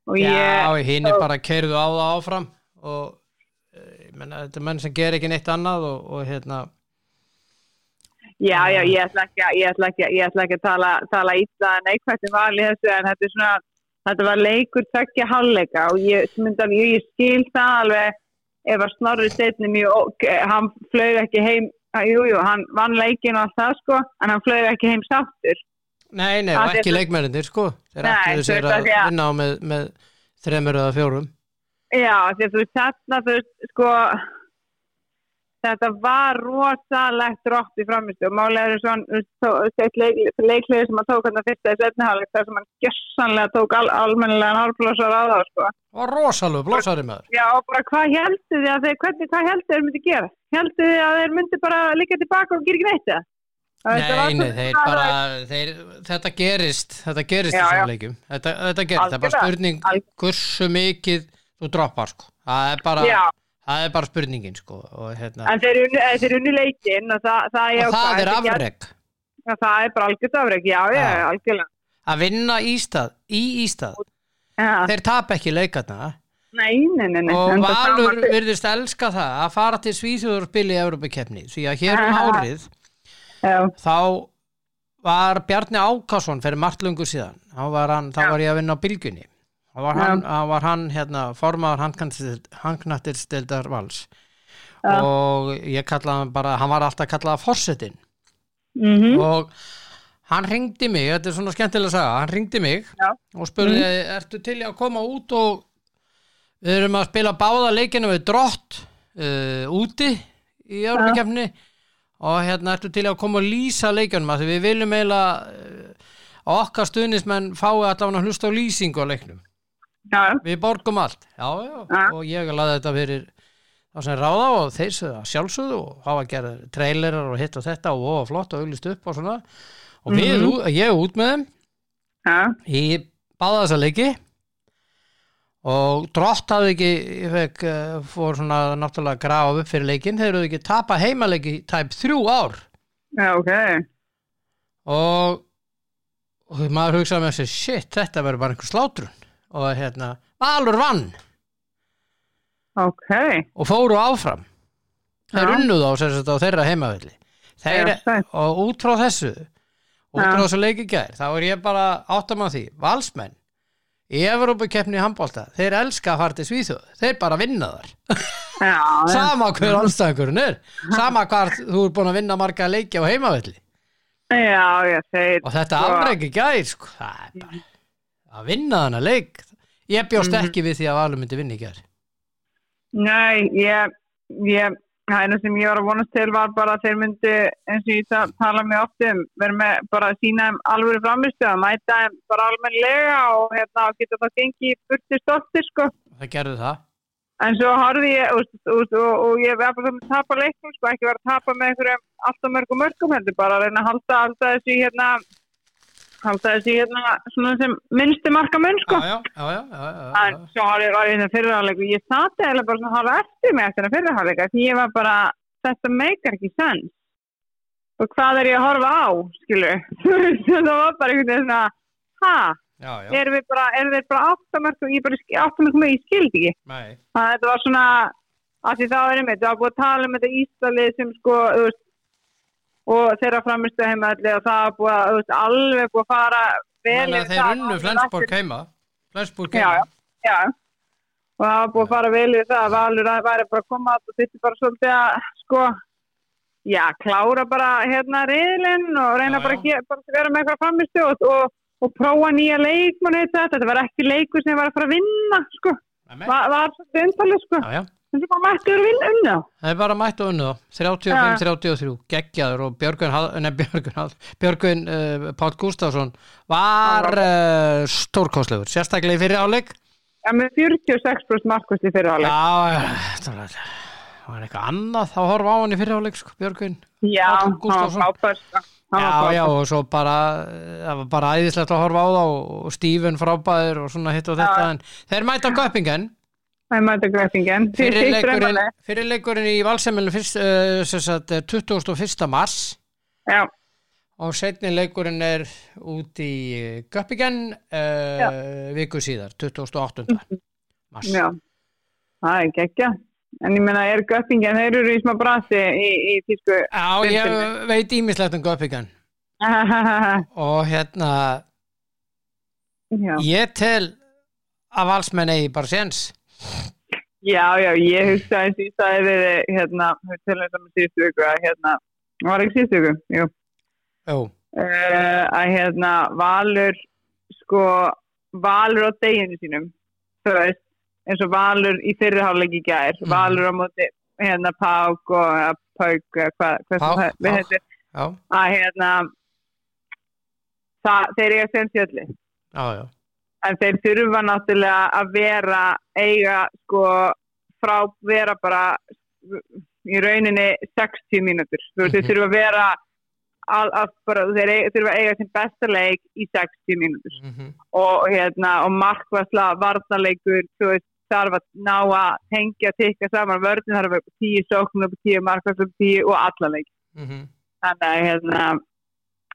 S2: Og
S1: Já,
S2: ég,
S1: hinn er bara keirðu á það áfram og eh, ég menna þetta er menn sem ger ekki neitt annað og, og hérna,
S2: já, já, ég ætla ekki, að- ég ætla ekki, ég ætla ekki að tala, tala ítla neikvægt um vali þessu en þetta er svona, þetta var leikur tveggja hálfleika og ég, myndan, ég, ég skil það alveg ef að snorri setni mjög, ok- hann flög ekki heim, að, jú, jú, hann vann leikin og allt það, sko, en hann flög ekki heim sáttur.
S1: nei, nei,
S2: Það
S1: og
S2: er
S1: ekki
S2: það-
S1: leikmennir sko, þeir
S2: Nei,
S1: ætluðu
S2: þú
S1: sér
S2: veist
S1: að
S2: að því að-
S1: vinna á með, með þremur eða fjórum.
S2: Já, því að þú veist, þarna þú veist, sko, þetta var rosalegt drótt í framistu og málega eru svona leikliði sem hann tók hann að fyrsta í setniháleik þar sem hann gjössanlega tók al almennilegan hálfblósar á þá, sko.
S1: Og rosalög blósari maður.
S2: Já, og bara hvað heldur þið að þeir, hvernig, hvað heldur þeir myndi gera? Heldur þið að þeir myndi bara liggja tilbaka og gera ekki neitt það?
S1: Nei, nei, þeir bara, þeir, þetta gerist, þetta gerist
S2: Já,
S1: í svona
S2: já.
S1: leikum, þetta, þetta gerist, það er bara
S2: Algjörlega,
S1: spurning
S2: algjörlega.
S1: hversu mikið þú droppar sko, það er bara,
S2: Já.
S1: það er bara spurningin sko og hérna,
S2: En þeir unni, eh, þeir unni leikinn og það, það er
S1: og það
S2: jákvætt.
S1: er
S2: Þetta gerð-
S1: afreg
S2: Já, Það er bara algjörð afreg, já, já,
S1: Já.
S2: algjörlega.
S1: að vinna Ístað, í Ístað,
S2: Já.
S1: þeir tapa ekki leikarna
S2: Nei, nei, nei, nei.
S1: og
S2: enda
S1: Valur
S2: saman-
S1: virðist elska það að fara til Svíþjóður og spila í Evrópakeppni, því að hér
S2: (laughs)
S1: um árið
S2: Já,
S1: þá var Bjarni Ákásson fyrir margt lungu síðan þá var, hann, þá var ég að vinna á bylgjunni þá var hann, þá var hann hérna, formaður hangnattirstildar vals
S2: Já.
S1: og ég kallaði hann bara hann var alltaf kallaða forsetin
S2: mhm,
S1: og hann ringdi mig þetta er svona skemmtilega að sagja, hann ringdi mig
S2: já,
S1: og spurði, ertu til í að koma út og við erum að spila báða leikina við drott uh, úti í Europakefni og hérna ertu til í að koma og lýsa leikunum af því við viljum eiginlega uh, að okkar stuðnismenn fái allavega að hlusta á lýsingu á leiknum
S2: já,
S1: við borgum allt já, já.
S2: Já.
S1: og ég laði þetta fyrir þá sem ráða og þeir sögðu að sjálfsögðu og hafa gerð trailerar og hitt og þetta og voða flott og auglist upp og svona og við, ég út með þeim
S2: já,
S1: í báða þessa leiki og drott hafði ekki ég fekk, eh, fór svona náttúrulega að grafa upp fyrir leikin, þeir eru ekki tapa heimaleiki í tæp þrjú ár
S2: já, ok,
S1: og, og maður hugsaði með sig shit, þetta verður bara einhver slátrun og hérna, Valur vann
S2: ok,
S1: og fóru áfram þeir
S2: Já.
S1: unnuð á, sem sagt, á þeirra heimavelli þeir,
S2: Já, sætt.
S1: (laughs) og út frá þessu út
S2: Já.
S1: frá þessu leiki gær þá er ég bara áttam á því, valsmenn í Evrópukeppni í handbólta þeir elska að fara til Svíþjóð, þeir bara vinna þar
S2: já, já,
S1: sama hver anstæðingurinn er sama hvar þú er búin að vinna marga leiki á heimavelli
S2: já, já, þeir,
S1: og þetta
S2: Sko.
S1: afreki gær sko, það er bara að vinna þarna leik ég bjóst
S2: Mhm.
S1: ekki við því að Valur myndi vinna í gær
S2: nei, ég, ég, það einu sem ég var að vonast til var bara að þeir myndi, eins og ég ta- tala mjög oft um, vera með bara að sína þeim alvöru framistu að mæta þeim bara almennilega og hérna geta það gengið í burti stolti, sko.
S1: það gerðu það
S2: En svo horfði ég úst, úst, og, og ég var bara að tapa leiknum, sko, ekki var að tapa með einhverjum alltaf mörgum mörgum heldur, bara að reyna að halda, halda þessu í hérna, halda þessu í hérna, svona sem minnstu marka mun, sko.
S1: já, já, já, já, já, já, já.
S2: En svo horfði ég var í þetta fyrirháleik og ég sati eða bara svona horfði eftir mig eftir þetta fyrirháleik, því ég var bara, þetta meikar ekki sens. Og hvað er ég að horfa á, skilur? (laughs) það var bara einhvern veginn svona, ha,
S1: já, já.
S2: erum við bara, erum við bara áttamörgum, ég bara áttamörgum, ég skildi ekki.
S1: Nei.
S2: Þannig að þetta var svona, af því það var einmitt, það var búið að tala um þetta Íslalið sem sko, þú veist, og þeirra framistu heimaðli og það var búið að, þú veist, alveg búið að fara vel
S1: Þannig að
S2: yfir
S1: þeir
S2: það.
S1: unnu Flensborg heima Flensborg
S2: Já,
S1: heima
S2: já, já. Og það var búið að fara vel yfir það að Valur að væri bara að koma að og þetta bara svolítið að, sko, já, klára bara hérna reyðlinn og reyna
S1: Já,
S2: bara
S1: já.
S2: að ge- bara að vera með eitthvað framistu og, og, og prófa nýja leikmann eitt þetta. Þetta var ekki leikur sem ég var að fara að vinna, sko.
S1: Nei, nei.
S2: Va, var svolítið undarlega, sko.
S1: já, já.
S2: Þessi bara mættur vinn unna.
S1: Það er bara mætt og unnu þá
S2: Ah.
S1: 35-33, geggjaður og Björgun, Hall- nei, Björgun, Hall- Björgun uh, Páll Gústafsson var uh, stórkostlegur sérstaklega í fyrir áleik
S2: Já, með 46% markvist í fyrirháleik.
S1: Já, já, þetta var- það var eitthvað annað að horfa á hann í fyrirháleik sko, Björgvin
S2: Já,
S1: Páll
S2: hann var
S1: Gústafsson.
S2: frábær sko. Hann var
S1: já,
S2: frábær.
S1: já, og svo bara eh, það var bara æðislegt að horfa á þá og Stífun frábæður og svona hitt og þetta en þeir mæta göppingen
S2: Það er mæta greppingin
S1: fyrirleikurinn fyrirleikurinn í valsemilinu fyrst, uh, sagt, eh, 21. mars
S2: Já,
S1: og setni leikurinn er út í eh, göppingen uh, viku síðar 28. mars
S2: Mhm. já Það er gekkja En ég meina, er göppingin, þeir eru í smá brasi í, í tísku
S1: Já,
S2: (laughs)
S1: ég veit ímislegt um göppingen og hérna
S2: Já,
S1: ég tel að valsmenn eigi bara séns
S2: já, já, ég hugsa eins og ég sagði við þig, hérna, við tölum þetta með síðustu viku að hérna, var ekki síðustu viku, jú,
S1: Jú,
S2: uh, að hérna Valur, sko, Valur á deginu sínum, þú veist, eins og Valur í fyrirháleik í gær,
S1: Mhm.
S2: Valur á móti, hérna, Pák og eða Pauk, eða hvað,
S1: Pák,
S2: hvað sem það- við
S1: Pák.
S2: heitir,
S1: já,
S2: að hérna, það, þeir eiga sens í öllu,
S1: já, já
S2: en þeir þurfa náttúrulega að vera eiga sko frá vera bara í rauninni 60 mínútur þú veist þeir
S1: Mhm.
S2: þurfa að vera all, all, bara, þeir eiga, þurfa að eiga sem besta leik í 60 mínútur
S1: mhm,
S2: og hérna og markværsla varnarleikur þú veist þarf að ná að tengja tikka saman vörðin þarf að vera upp á 10 sóknum upp á 10 markværsla upp á 10 og allanleik
S1: mhm,
S2: þannig að hérna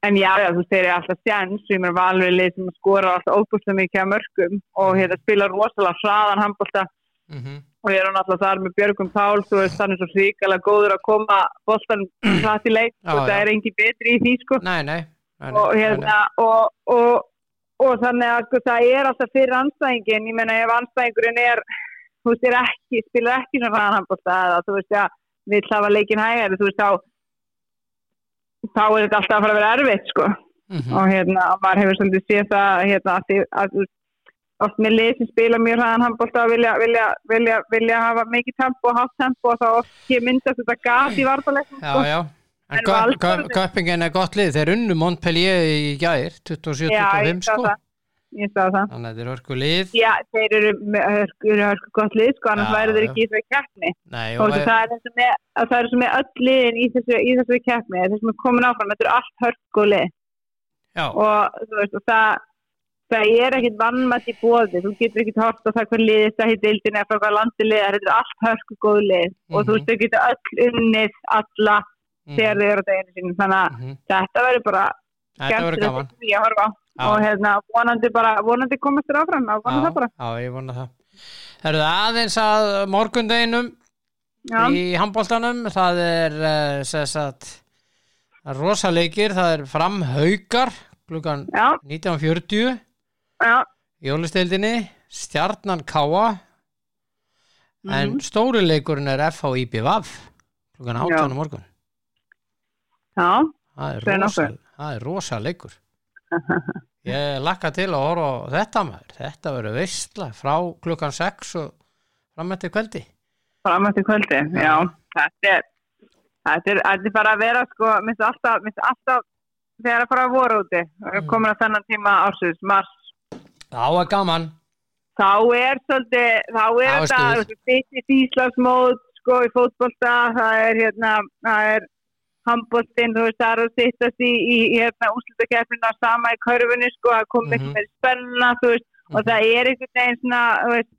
S2: en já, já, þú segir alltaf sjans ég mér valur í lið sem skora alltaf óbústum mikið að mörgum
S1: Mm.
S2: og hérna spila rosalega hraðan handbólta
S1: mhm,
S2: og ég er hann alltaf þar með Björgum Pál þú veist, hann er svo ríkala góður að koma bóltan hratt í leik
S1: Mm. Já,
S2: og það
S1: já.
S2: er engin betri í því sko
S1: Nei, nei, nei, nei,
S2: og
S1: nei, nei.
S2: hérna og, og, og þannig að sko, það er alltaf fyrir anstæðingin ég meina ef anstæðingurinn er þú veist, er ekki, spilar ekki svona ræðanhandbólta eða þú veist, já, við hlafa leikin hægari þú veist, þá þá er þetta alltaf að fara að vera erfitt sko
S1: Mhm,
S2: og hérna, og maður hefur svolítið séð það hérna, að því að þú veist, oft með lið sem spila mjög hraðan handbólta og vilja, vilja, vilja, vilja hafa mikið tempo og hátt tempo og þá oft kemur myndast þetta gat í sko. vartalegnum
S1: Já, já En
S2: En
S1: Gö- Gö-
S2: Valsmenn-
S1: göppingen er gott lið, þeir unnu Montpellier í gær,
S2: ég
S1: 27-25
S2: sá
S1: sko
S2: það ég sá það
S1: Þannig að þeir eru orku lið
S2: Já, þeir eru með hörku, eru hörku gott lið, sko, annars
S1: Já,
S2: væri þeir
S1: já.
S2: ekki í þessari keppni.
S1: Nei,
S2: Og
S1: og
S2: það er þess með, að það er þess með öll liðin í þessari, í þessari keppni, þess með komin áfram, þetta eru allt hörku lið.
S1: já,
S2: Og þú veist, og það, það er ekkit vannmætt í bóði, þú getur ekkit hort á það hvað liðið það hitt dildin eða frá hvað landi liðið, er, þetta eru allt hörku góð lið. Og þú
S1: Mhm.
S2: veist, þau getur öll unnið alla
S1: mhm,
S2: þegar þau eru á deginu sínum, þannig að
S1: mhm.
S2: þetta verður bara
S1: Þetta verður
S2: skemmtilegt
S1: gaman
S2: því að horfa á.
S1: Já.
S2: Og hérna, vonandi bara, vonandi komast þér áfram, á vonandi það
S1: Já,
S2: bara.
S1: já, ég vona það Það eru aðeins að morgundeginum
S2: Já.
S1: í handbóltanum það er eh, sem sagt, það er rosaleikir það er fram haukar klukkan
S2: Já,
S1: 19.40
S2: já,
S1: jólisteildinni stjarnan káa en
S2: Mhm.
S1: stóri leikurinn er FH IBVAF klukkan 18 á morgun
S2: já.
S1: það er,
S2: Það er
S1: rosa,
S2: nokkuð.
S1: það er rosa
S2: (laughs)
S1: leikur ég lakka til að horfa á þetta maður þetta verður veistla frá klukkan 6 og fram eftir kvöldi
S2: fram eftir kvöldi,
S1: Já.
S2: já. Þetta er, þetta er, þetta er bara að vera, sko, minnst alltaf, minnst alltaf þegar að fara að voru úti, mm. komin að þennan tíma ársins, mars,
S1: þá er gaman
S2: þá er svolítið, þá
S1: Já,
S2: er
S1: stuð.
S2: þetta, fyrst í Íslandsmót, sko, í fótbolta, það er, hérna, það er handbóltinn, þú veist, það er að sittast í, í, í hérna, úslutakeppnina sama í körfunni, sko, það kom
S1: Mhm.
S2: miklu meiri spenna, þú veist, og það er einhvern veginn svona, þú veist,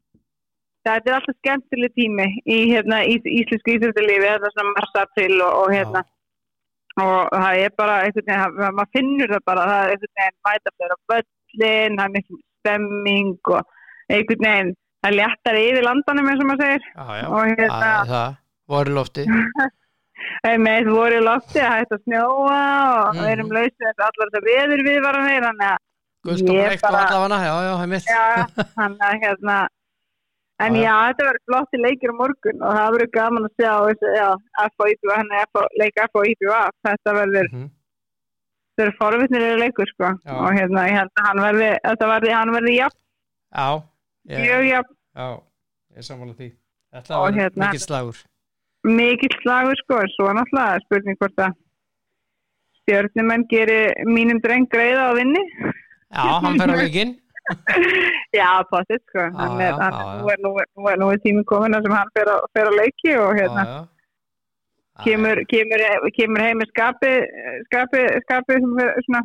S2: það er alltaf skemmtileg tími í hérna, ís, íslensku íþjóðulífi, þetta er svona mars, april og, og hérna, og það er bara einhvern veginn, það- maður finnur það bara, það er einhvern veginn mæta fyrir á völlin, það er mikil stemming og einhvern veginn, það léttar yfir landanum eins og maður segir,
S1: já, já,
S2: og
S1: það,
S2: hérna,
S1: er það voru lofti
S2: með voru í lofti, það hætti að snjóa og
S1: Mhm.
S2: við erum lausið eftir allar þetta veður við varum við, þannig að
S1: Gullt og
S2: Ég
S1: breitt og
S2: bara-
S1: allafana, já, já, það er mitt.
S2: Já, þannig að hérna En
S1: Já, já.
S2: já, þetta verður flotti leikir á morgun og það verður gaman að sjá þessu, já, F og IPV, hann er F og, leik F og IPV, þetta verður,
S1: Mhm.
S2: þetta verður forvittnilega leikur, sko,
S1: Já.
S2: og hérna, ég held að hann verði, þetta verði, hann verði jafn,
S1: Já, ég,
S2: mjög jafn,
S1: já, ég er sammála því. Þetta
S2: Og
S1: var
S2: hérna-
S1: mikið slagur.
S2: mikill slagur, sko, en svo náttúrulega er spurning hvort að stjórnumenn gerir mínum dreng greiða á vinni,
S1: Já, hann fer á vikinn.
S2: já, potið sko hann
S1: já,
S2: er, hann,
S1: já, já.
S2: Nú, er, nú, er, nú er nú er tíminn komin þar sem hann fer, a, fer að leiki og (laughs) hérna
S1: já. Já,
S2: kemur, kemur, kemur heim með skapi skapi, skapi sem er svona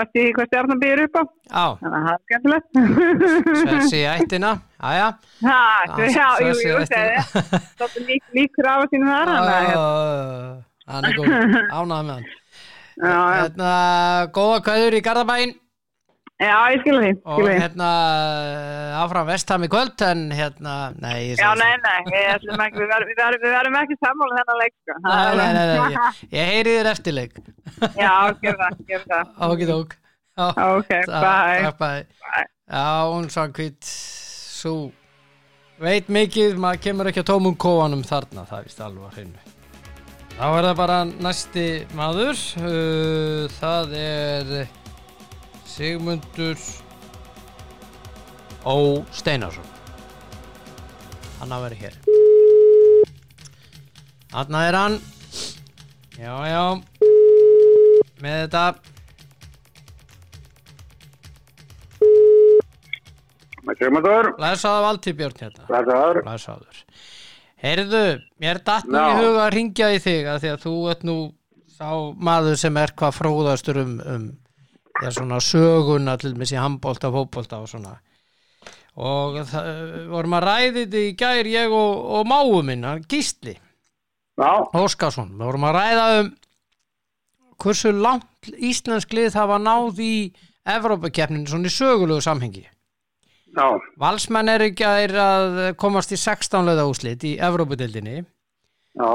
S2: eftir því hvað stjarnan býður upp á
S1: Já,
S2: þannig að það er skemmtilegt
S1: Sversi í ættina, já, já.
S2: (laughs) ha,
S1: Ah,
S2: já, jú, jú, segði
S1: (laughs)
S2: Dóttir lík, líkur á sínum
S1: Ah,
S2: þar hann að hérna.
S1: Hann er
S2: (laughs)
S1: góð, ánæða með hann.
S2: já, já.
S1: Hérna, góða kvæður í Garðabæin
S2: já, ég skilur því,
S1: og
S2: skilur því.
S1: hérna eh, áfram vestam í kvöld en hérna, nei, ég
S2: Já,
S1: segi
S2: nei, nei, við, ætlum ekki, við, verum, við, verum, við verum ekki sammála þennan leik sko. Það
S1: Nei,
S2: er
S1: nei,
S2: alveg-
S1: nei, nei, ég, ég heyri þér eftirleik.
S2: (laughs) Já, gerð það, gerð það.
S1: (laughs) Okidók. Já.
S2: Ok, bye.
S1: Takk, bæ. Já, hún svangvít svo veit mikið, maður kemur ekki að tómum kóanum þarna, það er vist alveg að hreinu. Þá er það bara næsti maður, uh, það er Sigmundur Ó Steinarsson. Hann á að vera hér. Þarna er hann. Já, já. Með þetta.
S3: Sigmundur,
S1: Læsaðu valdi Björn hérna
S3: blessaður.
S1: Læsaður Heyrðu, mér datt nú í
S3: Já.
S1: huga að ringja í þig að því að þú ert nú sá maður sem er hvað fróðastur um, um já, svona söguna til með sér handbólta, fótbólta og svona og það vorum að ræði þetta í gær ég og, og máu minn, hann Gísli
S3: Já,
S1: Óskarsson, við vorum að ræða um hversu langt íslensk lið hafa náð í Evrópakeppninu svona í sögulegu samhengi
S3: já,
S1: Valsmenn er ekki að, er að komast í 16 löða úslit í Evrópudeildinni.
S3: já,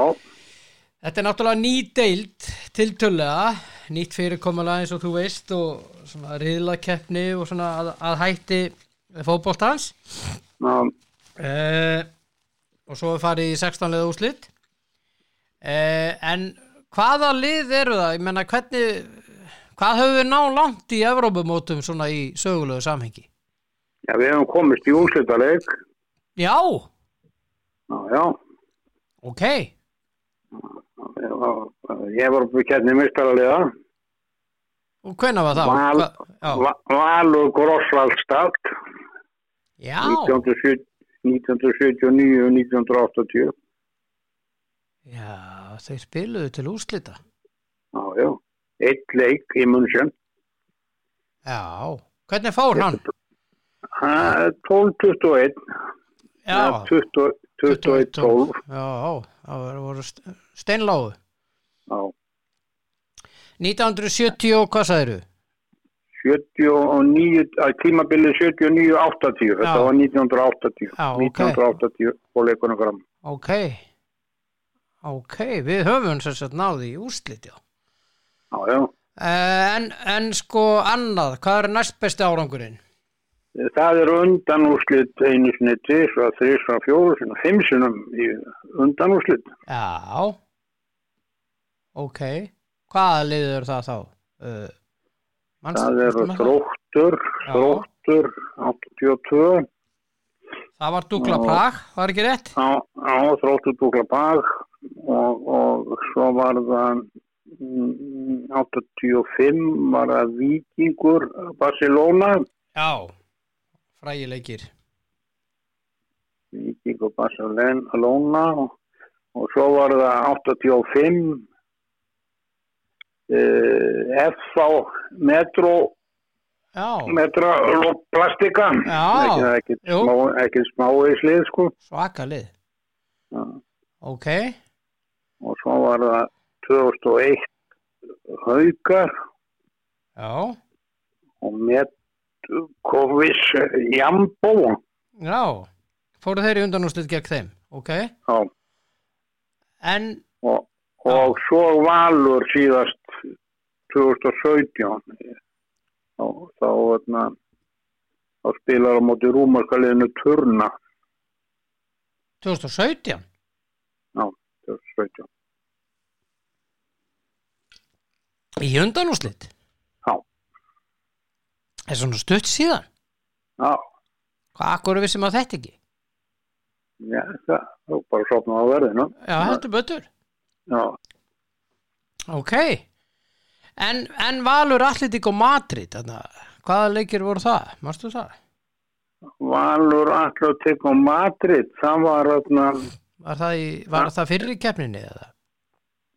S1: Þetta er náttúrulega ný deild tiltölulega, nýtt fyrirkomulega eins og þú veist og svona riðlakeppni og svona að, að hætti fótboltans.
S3: já,
S1: Uh, og svo er farið í 16 löða úslit. Uh, en hvaða lið eru það? Ég menna hvernig, hvað höfum við náð langt í Evrópumótum svona í sögulegu samhengi?
S3: já, við hefum komist í úrslutaleik,
S1: Já,
S3: já, já,
S1: ok,
S3: já, ég var upp í kjarni mistaralega,
S1: og hvenær var það?
S3: Val,
S1: Hva- já.
S3: Va- Valur Grossvaldstart,
S1: Já,
S3: 1979-1980,
S1: já þau spiluðu til úrslita.
S3: já, já, eitt leik í munnsjön,
S1: Já, hvernig fór hann?
S3: 12-21,
S1: Já,
S3: 21-12,
S1: Já, það var- voru st- steinláðu.
S3: já,
S1: 1970 og hvað sagðiru?
S3: 79, að tímabilið 79-80,
S1: Já.
S3: þetta var 1980,
S1: Já, ok.
S3: 1980 og leikunum fram.
S1: Ok, ok, við höfum sem sagt náði í úrslit, já.
S3: Já, já.
S1: Eh, En, en sko annað, hvað er næst besti árangurinn?
S3: Það eru undanúrslit einu sinni til, svo að þrjus frá fjóru sinna, fimm sinnum í undanúrslit.
S1: Já, ok, hvaða liður það þá? Uh, manst,
S3: Það
S1: manstu
S3: eru
S1: með
S3: þróttur,
S1: Já.
S3: þróttur, 82,
S1: Það var Dugla
S3: Já.
S1: Prag, var ekki rétt?
S3: á, á þróttur dúkla bag og, og svo var það mm, 85 var það Víkingur, Barcelona,
S1: Já, frægileikir.
S3: Víkingur, Barcelona og svo var það 85 uh, FV Metro
S1: Já,
S3: metra og plastika
S1: Já.
S3: ekki, ekki,
S1: Jú.
S3: smá, ekki smá í slið sko
S1: svaka lið.
S3: Já.
S1: Ok,
S3: og svo var það 2001 haugar
S1: já,
S3: og met kovis jambó
S1: já, fóru þeir í undanúslið gegn þeim, ok.
S3: Já,
S1: En,
S3: og, og svo valur síðast 2017 þá, þá, þarna, þá spilar á móti rúmarkaliðinu Turna
S1: 2017,
S3: Já, 2017
S1: í undanúslið?
S3: Já.
S1: Er svona stutt síðan?
S3: Já,
S1: Hvað, akkur er við sem að þetta ekki?
S3: já það, þú bara sopnaði á verðinu
S1: Já, heldur betur.
S3: Já,
S1: Ok. En, en Valur Atletík og Madrid, þarna, Hvaða leikir voru það? Mástu það?
S3: Valur Atletik og Madrid, það var öfna,
S1: Var það, í, var það fyrir keppninni eða?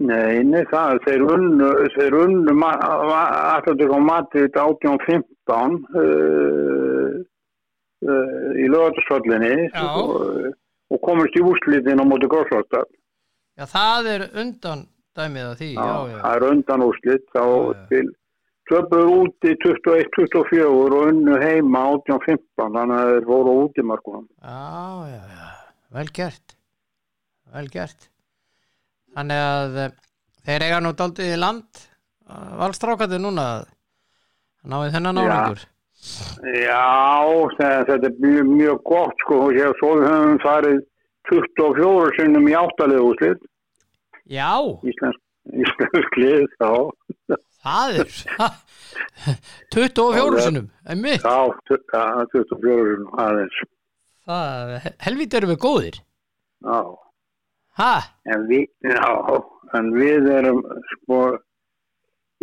S3: nei, nei, það, þeir unnu, þeir unnu Atletik og Madrid 1815 uh, uh, í lögatarsöllinni
S1: Já.
S3: og, og komist í úrslitin á móti Grósvartar.
S1: Já, það er undan dæmið að því, já, já.
S3: Það er undan úrslit, þá
S1: Já, já.
S3: til töpuður úti 21-24 og unnu heima 18-15, þannig að þeir voru út í markunum.
S1: Já, já, já, vel gert, vel gert. Þannig að eh, þeir eiga nú daldið í land, valstrákandi núna, að náið þennan
S3: Já.
S1: árangur.
S3: Já, þetta, þetta er mjög, mjög gott sko, og ég- svo við höfum farið 24 sinnum í áttalegu úrslit,
S1: Já,
S3: íslensk, íslensk lið, þá,
S1: það er 24 (laughs)
S3: Já,
S1: sinnum, emmi,
S3: þá, tu- já, 24 sinnum aðeins,
S1: það, helvítið erum við góðir.
S3: já.
S1: Ha,
S3: En við, já, en við erum, sko,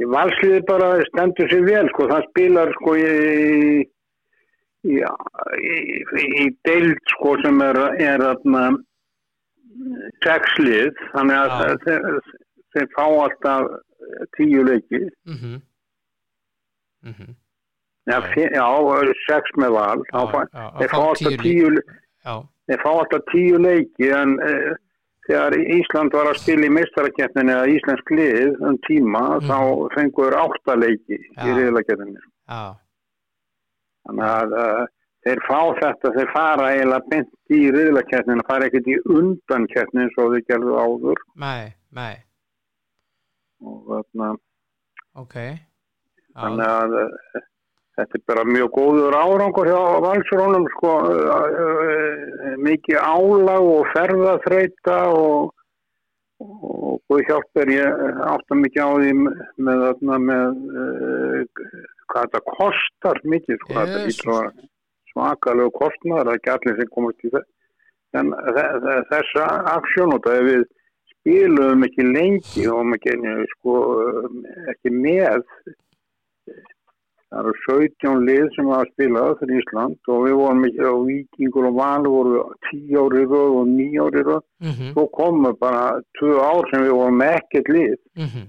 S3: í valsliði bara stendur sér vel, sko, það spilar, sko, í, í, í, í deild, sko, sem er, er þarna, sexlið, þannig að
S1: Já.
S3: ja. þeir, þeir fá alltaf tíu leiki,
S1: mhm, mhm,
S3: já, fi- já sex með val, þá
S1: Já,
S3: fá,
S1: já, að
S3: þeir
S1: fá
S3: fá
S1: tíu
S3: alltaf
S1: leiki.
S3: tíu,
S1: já,
S3: þeir fá alltaf tíu leiki en uh, þegar Ísland var að spila í meistarakeppninu eða Íslensk lið um tíma þá fengur átta leiki
S1: Mm. Já.
S3: í riðlakeppninu.
S1: já,
S3: Þannig að uh, þeir fá þetta, þeir fara eiginlega bent í riðlakeppninu, fara ekkert í undankeppninu svo þau gerðu áður
S1: mei, mei,
S3: og þarna,
S1: ok. Já,
S3: þannig að uh, þetta er bara mjög góður árangur hjá valsrónum sko, uh, uh, uh, mikið álag og ferðaþreita og og Guð hjálpar ég eh, átta mikið á því með, með, með uh, hvað þetta kostar mikið sko, þetta
S1: Jesus.
S3: hlýtur að vera svakalegu kostnaður það er ekki allir sem komast í þess en þe- þe- þessa aksjón og það er við spilum ekki lengi og ekki, sko, eh, ekki með það eru 17 lið sem hafa spilað fyrir Ísland og við vorum ekki og vikingur og valur voru 10 ári röð og 9 ári röð
S1: mhm,
S3: svo komu bara tvö ár sem við vorum með ekkert lið
S1: mhm,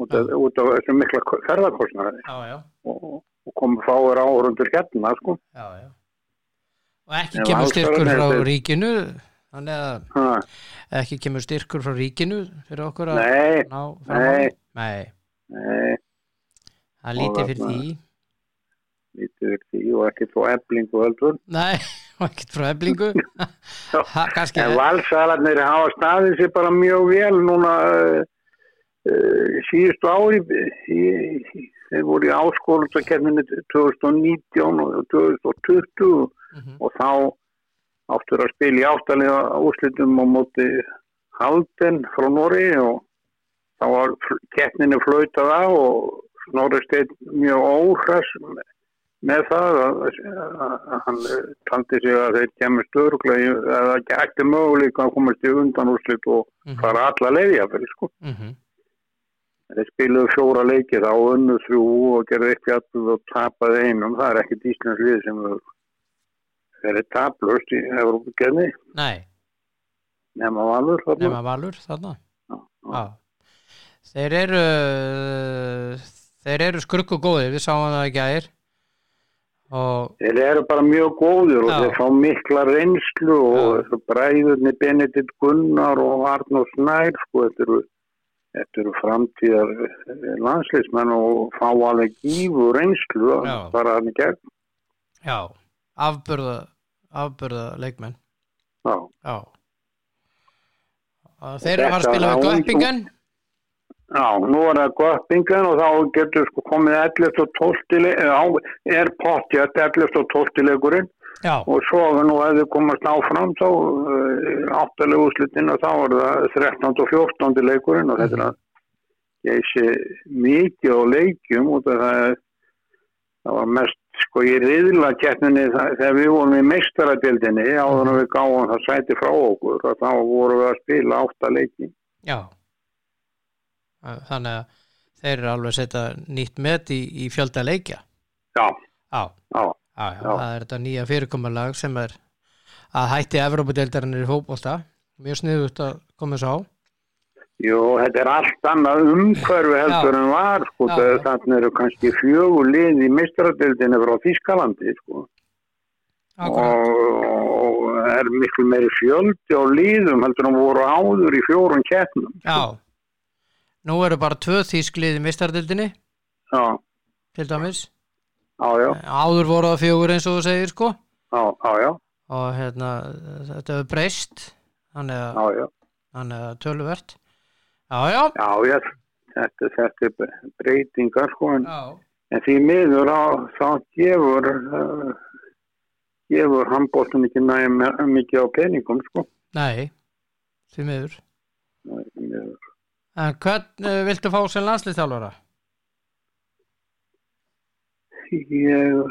S3: út af, út af þessum mikla ko- ferðarkostnaði
S1: já, já.
S3: og, og komu fáir áhörundur hérna sko.
S1: já, já. og ekki
S3: Ef
S1: kemur styrkur
S3: ástæðan er
S1: frá
S3: þetta-
S1: ríkinu þannig að
S3: Ha,
S1: ekki kemur styrkur frá ríkinu fyrir okkur að
S3: nei,
S1: ná fram að
S3: nei,
S1: því. nei,
S3: nei
S1: það er lítið
S3: Og
S1: fyrir
S3: þarna-
S1: því
S3: lítið við því og ekki svo eblingu heldur
S1: nei, (laughs) og ekkert frá
S3: (laughs)
S1: eblingu Ha, kannski eh,
S3: en valsalarnir hafa staðið sér bara mjög vel núna uh, uh, síðustu ári í, í, þeir voru í áskólustakefninu 2019 og 2020
S1: Mhm.
S3: og þá áttur að spila í áttalega úrslitum á móti Halden frá Norri og þá var keppninu flautað á og Snorri steinn mjög óhress með- með það að, að að hann eh, taldi sig að þeir kemur störgla að það gæti möguleika að komast í undan úrslit og
S1: Mhm.
S3: fara alla leiðja fyrir sko.
S1: Mhm.
S3: Þeir spiluðu fjóra leikið á önnu þrjú og gerði eitt jættuð og tapaði einum. Það er ekkert Íslands lið sem hefur verið taplust í Európa-gerni
S1: nei,
S3: nema valur. þarna.
S1: nema valur þarna
S3: Já, já.
S1: já. þeir eru þeir eru skruggu góðir við sáum það ekki aðeir og
S3: Þeir eru bara mjög góður og
S1: Já.
S3: þeir fá mikla reynslu og þessu bræðurni Benedikt Gunnar og Arnur Snær sko, þetta eru, þetta eru framtíðar eh, landsliðsmenn og fá alveg gífu reynslu
S1: Já.
S3: bara hann í gegn.
S1: já, afburða afburða leikmenn
S3: Já.
S1: Já. Og þeir eru að fara að
S3: Þetta
S1: spila við
S3: var
S1: göppingan.
S3: Já, nú er það göppingan og þá getur sko komið 11 og 12 le- eh, á, er pottjætt 11 og 12 leikurinn
S1: Já,
S3: og svo ef nú hefði komast áfram þá uh, áttalegu úrslutin og þá er það 13 og 14 leikurinn og þetta er að ég sé mikið á leikjum og það, er- það var mest sko í riðla keppninni þegar við vorum í meistaradildinni áður en við gáum það sæti frá okkur og þá vorum við að spila átta leiki.
S1: já. Þannig að þeir eru alveg að setja nýtt met í, í fjölda leikja.
S3: já,
S1: Já,
S3: já,
S1: já, já,
S3: Já.
S1: það er þetta nýja fyrirkomulag sem er að hætti Evrópadeildarinnar í fótbolta mjög sniðugt að koma þess á
S3: jú, þetta er allt annað umhverfi heldur en var, sko,
S1: Já,
S3: það
S1: já.
S3: þannig eru kannski fjögur lið í mistradildinu frá Þískalandi, sko,
S1: Akkurat.
S3: og, og er miklu meiri fjöldi á liðum heldur en voru áður í fjórun kettnum,
S1: Já Nú eru bara tvö þýsklið í mistardildinni
S3: já,
S1: til dæmis
S3: já, já,
S1: Áður voru það fjögur eins og þú segir sko
S3: já, já, já,
S1: og hérna þetta hefur breyst þannig að,
S3: já, já.
S1: þannig að töluvert Já, já,
S3: Já, já, þetta, þetta er breytingar sko, en,
S1: já.
S3: en því miður á, þá gefur, uh, gefur handbóltum ekki nægum mikið á peningum sko.
S1: Nei, því miður
S3: Því miður.
S1: En hvern uh, viltu fá sem landsliðtjálfara?
S3: Ég,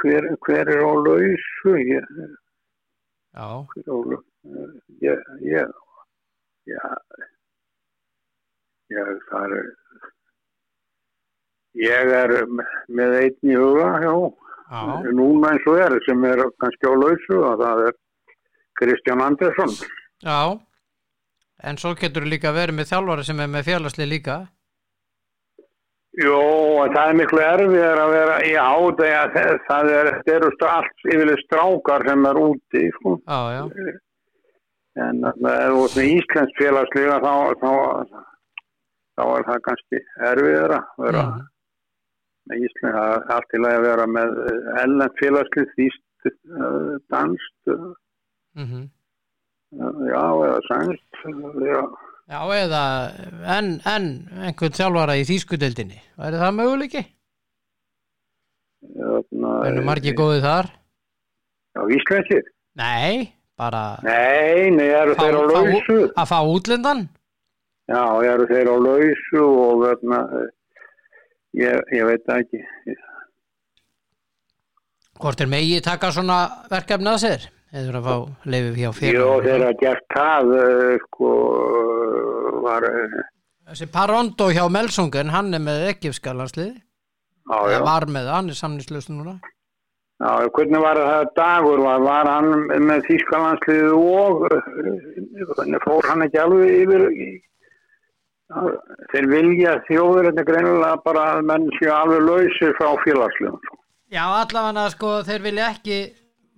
S3: hver, hver er á lausu? Ég,
S1: Já,
S3: hver er á lausu? Eh, Ég, ég, já, ég, það er, ég er með einn í huga, já.
S1: já,
S3: núna eins og er sem er kannski á lausu og það er Kristján Andersson
S1: já En svo getur þú líka verið með þjálfara sem er með félagslið líka
S3: Jó, en það er miklu erfiðar að vera í ádega það er, það eru st- allt yfirlega strákar sem er úti sko.
S1: Já, já,
S3: en eh, það er út með Íslensk félagslega þá, þá, þá er það kannski erfiðar að vera
S1: Mhm.
S3: með Íslensk, það er allt í lagi að vera með eh, ellend félagslega þýst eh, danst eh,
S1: mhm
S3: já, eða sænst já
S1: Já, eða en, en einhvern þjálfara í þýskudeldinni. Væri það möguleiki? Það eru
S3: Þarna-
S1: margir góðið þar.
S3: eh, Já, íslenskir?
S1: Nei, bara
S3: Nei, nei, eru
S1: fá,
S3: þeir á lausu.
S1: fá, að fá útlendan.
S3: Já, eru þeir á lausu og þarna, ég, ég veit það ekki.
S1: Hvort er megi taka svona verkefni að sér? Eða þú eru að fá leifið hjá
S3: Jó, þeir
S1: fyrir.
S3: að gert það, eh, sko, eh, var, eh,
S1: Þessi Parondo hjá Melsungen, hann er með ekkifska landsliði.
S3: já, já,
S1: Það var með, hann er samninslöst núna.
S3: já, hvernig var það dagur, var, var hann með Þískalandsliðu og, eh, hvernig fór hann ekki alveg yfir, í- Já, þeir vilja þjóður þetta greinilega bara að menn séu alveg lausir frá félagsliðum, sko.
S1: Já, allavega sko, þeir vilja ekki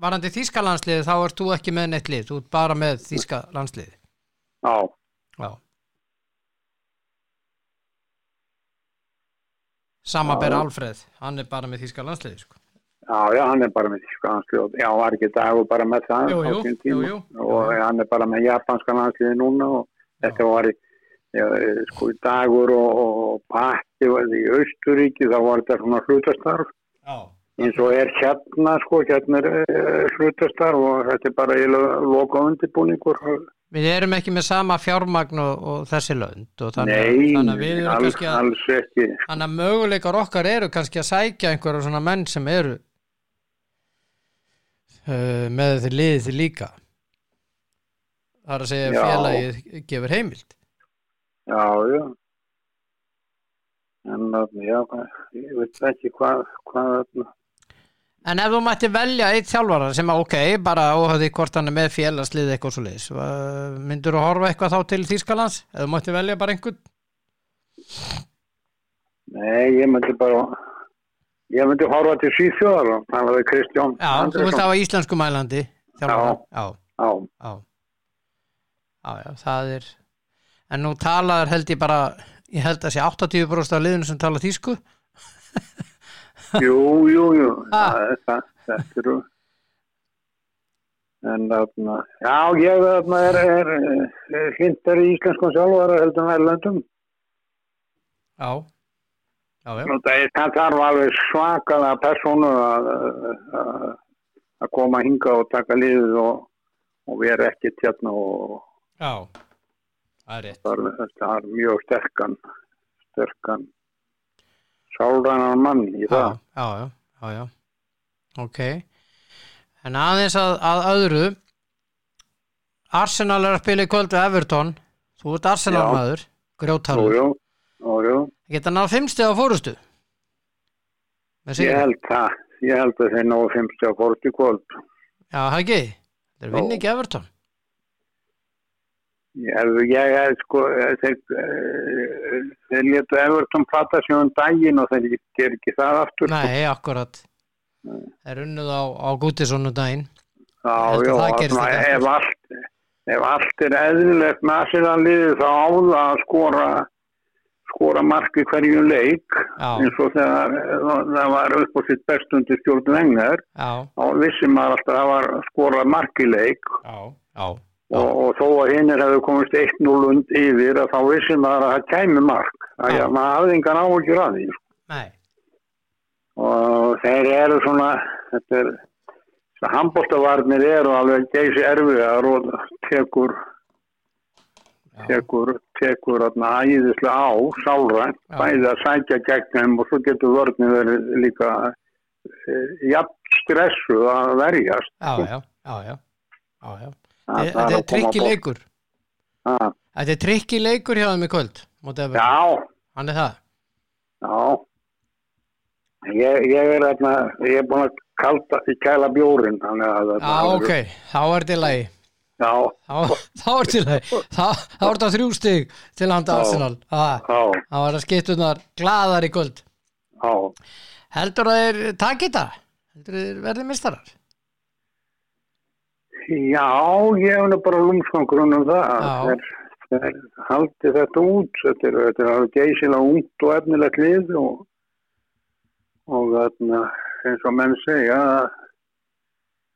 S1: varandi þýska landsliði, þá ert þú ekki með neitt lið. Þú ert bara með þýska landsliði.
S3: Já.
S1: Já. Sama ber Alfreð, hann er bara með þýska landsliði sko.
S3: Já, já, hann er bara með tíska landslið já, var ekki dagur bara með það
S1: Jú,
S3: á
S1: jú,
S3: sínum tíma.
S1: jú, jú.
S3: og hann er bara með japanska landsliði núna og þetta var í, já, eh, sko, í dagur og, og pakki var í Austuríki þá var þetta svona hlutastarf
S1: Já.
S3: eins og er hérna, sko, hérna er eh, hlutastarf og þetta er bara í loka undirbúningur
S1: Við erum ekki með sama fjármagn og, og þessi lönd og þannig, að-
S3: Nei,
S1: þannig að við erum
S3: alls,
S1: kannski að,
S3: alls ekki
S1: þannig að möguleikar okkar eru kannski að sækja einhverja svona menn sem eru uh, með þeir liðið þeir líka. Það er að segja
S3: Já.
S1: að félagið gefur heimild.
S3: Já, já en þarna, já, ég veit ekki hvað, hvað þarna
S1: En ef þú mætti velja eitt þjálfara sem að ok, bara óhafði hvort hann er með félagslið eitthvað svo leiðis, myndur þú horfa eitthvað þá til Þýskalands? Ef þú mætti velja bara einhvern?
S3: Nei, ég myndi bara ég myndi horfa til Svíþjóðar og það var það Kristján
S1: Já, þú vilt hafa íslensku mælandi þjálfara? Já.
S3: Já,
S1: Já, já, já, það er, en nú talaður held ég bara, ég held að sé 80% af liðinu sem tala þýsku?
S3: jú, jú, jú
S1: (laughs) Ha.
S3: það er það, þetta eru en þarna já, ég þarna er, er, er hindar í íslenskum sjálfara heldur en erlendum
S1: Já, já, já,
S3: Nú, það, er- það þarf alveg svakaða persónu að, að, að koma hinga og taka liðið og, og vera ekkert hérna og
S1: já, það er rétt.
S3: það er, það er mjög sterkan sterkan sálrænar mann í það
S1: já, já, já, já, já. ok en aðeins að, að öðru Arsenal er að spila í kvöld við Everton, þú ert Arsenal
S3: Já.
S1: maður grjóttalur,
S3: Ójó, ójó
S1: geta náð fimmstið á fórustu með Með
S3: Ég
S1: sigri?
S3: held það. Ég held að þeir náðu 50 að 40 kvöld.
S1: Já, það ekki. Þeir vinna
S3: Jó.
S1: ekki Everton.
S3: Ég, held- ég held sko, eh, þeir, eh, þeir letu Everton platta sig um daginn og þeir ger ekki það aftur. sko.
S1: Nei, akkurat. Þeir unnuð á, á Gútisonu daginn.
S3: Já,
S1: held að
S3: já,
S1: það gerist
S3: svona,
S1: ekki
S3: ef, allt, ef allt er eðlilegt nasirallið þá á það að skora, skora marki hverju leik
S1: Já.
S3: eins og þegar eh, það var upp á sitt bestundi stjórn vengar
S1: Já,
S3: þá vissi maður alltaf að það var skorað mark í leik
S1: já, já.
S3: og, og þó að hinnir hefðu komist 1-0 und yfir að þá vissi maður að það kæmi mark að
S1: Já.
S3: ég, maður hafði engan áhugjur að því sko.
S1: Nei,
S3: og þeir eru svona þetta er handbóltavarnir eru alveg geysi erfiðar og tekur
S1: Já.
S3: tekur, tekur atna, æðislega á, sálrænt
S1: Já.
S3: bæði að sækja gegn þeim og svo getur vörnir verið líka e, jafn stressu að verjast
S1: já, já, já, já. já, já.
S3: Það-
S1: Þe-
S3: það
S1: Þetta
S3: að
S1: er
S3: koma Ah,
S1: trikki
S3: bort.
S1: leikur.
S3: Ha,
S1: Þetta er trikki leikur hjá þeim í kvöld. Móti Everton.
S3: Já,
S1: Hann er það.
S3: Já, ég, ég er þarna, ég er búin að kalda, ég kæla bjórin, þannig að
S1: Já, ok. Þá er þetta í lagi.
S3: Já,
S1: Þá, þá er til lagi. Þá, þá er þetta þrjú stig til handa
S3: Já.
S1: Arsenal. Það
S3: já,
S1: það var að skiptunar glaðar í kvöld.
S3: já,
S1: Heldur að þeir taki þetta? Heldur að þeir verði mistarar?
S3: já, ég hef nú bara lúmskangrun um það,
S1: Já.
S3: þeir, þeir haldi þetta út, þetta er, þetta er alveg geysilega ungt og efnilegt lið og, og þarna, eins og menn segja,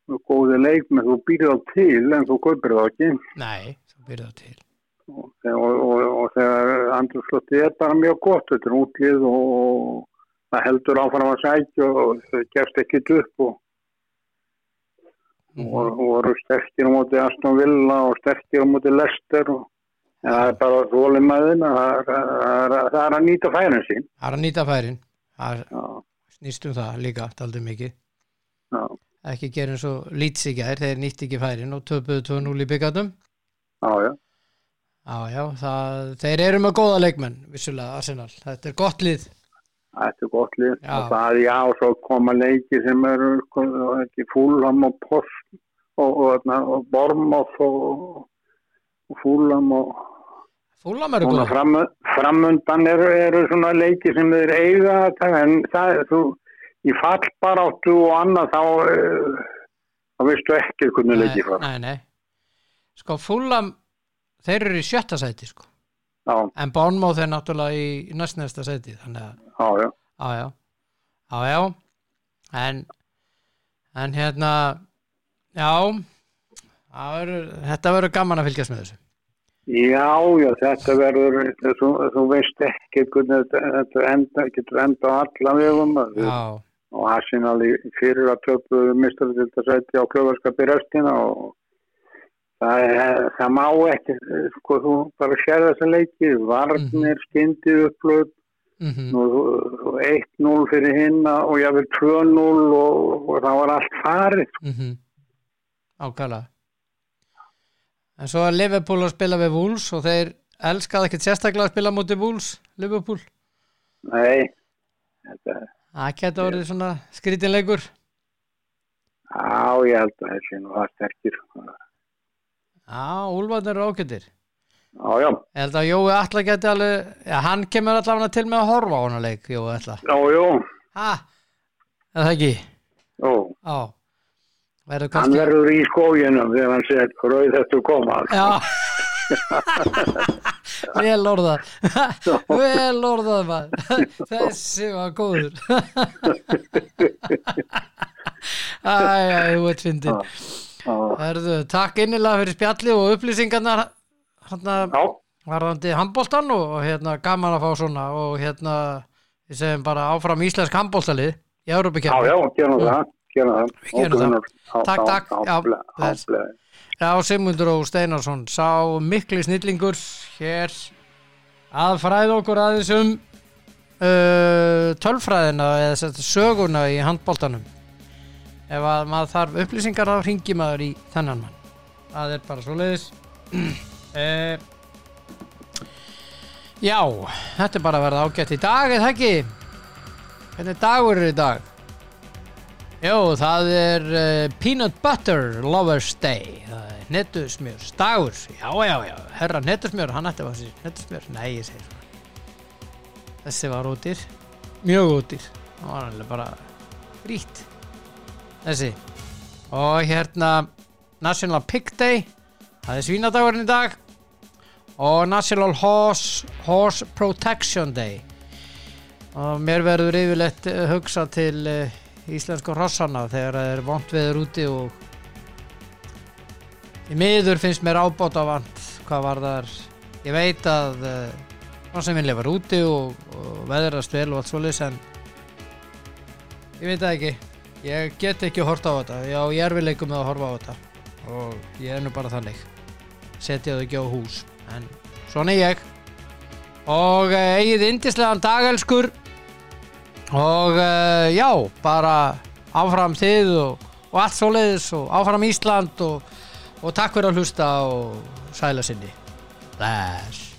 S3: þú góði leikmenn, þú býrð þá til en þú kaupir þá ekki.
S1: Nei, þá byrði það til.
S3: og, og, og, og þegar andrúrslótti er bara mjög gott, þetta er útlið og, og það heldur áfram að sækja og þau gefst ekki upp og, og, og voru sterkir á móti Aston Villa og sterkir á móti Lester og en það er bara rólimaðin það, er- það, er- það er að nýta færin sín
S1: Það er að nýta færin. Það er-
S3: já,
S1: snýst um það líka, daldið mikið.
S3: já,
S1: Ekki gera eins og lýts í gær, þeir nýtti ekki færin og töpuðu 2-0 í byggandum.
S3: já, já,
S1: Já, já, það, þeir eru með góða leikmenn, vissulega, Arsenal. Þetta er gott lið.
S3: þetta er gott lið
S1: Já.
S3: og það já, svo koma leiki sem eru sko, ekki fúlam og post og, og, og, og bormof og, og fúlam og
S1: Fúlam eru
S3: Svona
S1: góða.
S3: fram, framundan eru, eru svona leiki sem þeir eiga að taka, en það er þú í fallbaráttu og annað þá, eh, þá veistu ekki hvernig leiki fara.
S1: Nei, nei. Sko, Fúlam, þeir eru í sjötta sæti, sko.
S3: Já,
S1: En Bánmóð er náttúrulega í næstnæsta sæti, þannig að,
S3: já, já.
S1: já, já. Já, já. En, en hérna, já, það verður- þetta verður gaman að fylgjast með þessu.
S3: Já, já, þetta verður, þú, þú veist ekki hvernig þetta, þetta enda, getur enda á alla vegum
S1: Já,
S3: og Arsenal í fyrir að töpu mistaratildarsæti á klöfarskapi restina og það, er- það má ekki, sko, þú bara sér þessa leiki, varnir, skyndi upplöp,
S1: mhm,
S3: nú, þú- 1-0 fyrir hinna og jáfnvel 2-0 og, og það var allt farið. sko.
S1: mhm. Ákala. En svo er Liverpool að spila við Wolves og þeir elskaði ekkert sérstaklega að spila mútið Wolves, Liverpool.
S3: Nei, þetta,
S1: Það geta orðið svona skrítinleikur.
S3: á, ég held að þessi nú það sterkir. sko.
S1: Já, Úlfarnir eru ágættir.
S3: Já, já,
S1: Ég held að Jói Alla geti alveg, já, hann kemur allavega til með að horfa á hana leik, Jói Alla.
S3: já, já,
S1: Ha, er það ekki?
S3: já.
S1: Já, verður
S3: Hann
S1: kannski...
S3: verður í skóginum þegar hann segir rauð þetta koma.
S1: Já,
S3: (laughs)
S1: vel orðað, vel orðað maður, þessi var
S3: (laughs)
S1: góður. Æ, æ, þú ert fyndin.
S3: Já,
S1: Herðu, takk innilega fyrir spjalli og upplýsingarnar hérna,
S3: já,
S1: varðandi handbóltan og og hérna gaman að fá svona og hérna við segjum bara áfram íslensk handbóltalið í
S3: já,
S1: Európa-kjærni.
S3: já, gerum það, gerum það.
S1: gerum
S3: Og
S1: það.
S3: Gunnar, já,
S1: Takk,
S3: já,
S1: takk, já,
S3: bless,
S1: bless.
S3: bless.
S1: Já, Sigmundur og Steinarsson sá mikli snillingur hér að fræða okkur aðeins um uh, tölfræðina eða sem sagt söguna í handbóltanum ef að maður þarf upplýsingar þá ringi maður í þennan mann það er bara svo (clears throat) leiðis uh, Já, þetta er bara að verða ágætt í dag eða ekki Hvernig dagur er í dag? Jó, það er uh, Peanut Butter Lovers Day. Það er netusmjörs dagur. Já, já, já. Herra netusmjör, hann ætti að vera sér netusmjör. Nei, ég segir svona. Þessi var útýr. Mjög útýr. Það var alveg bara frýtt. Þessi. Og hérna National Pig Day. Það er svínadagurinn í dag. Og National Horse, Horse Protection Day. Og mér verður yfirleitt eh, hugsa til eh, íslensku hrossana þegar það er vont veður úti og í miður finnst mér ábóta vant hvað var þar. Ég veit að hrossin minn lifar úti og, og veðrast vel og allt svoleiðis en ég veit það ekki. Ég get ekki hort á þetta. Já, ég er við leikum með að horfa á þetta og ég er nú bara þannig. Setja þau ekki á hús. En svona er ég og eh, eigið indislegan dagelskur og eh, já, bara áfram þið og, og allt svoleiðis og áfram Ísland og, og takk fyrir að hlusta og sæla sinni Bless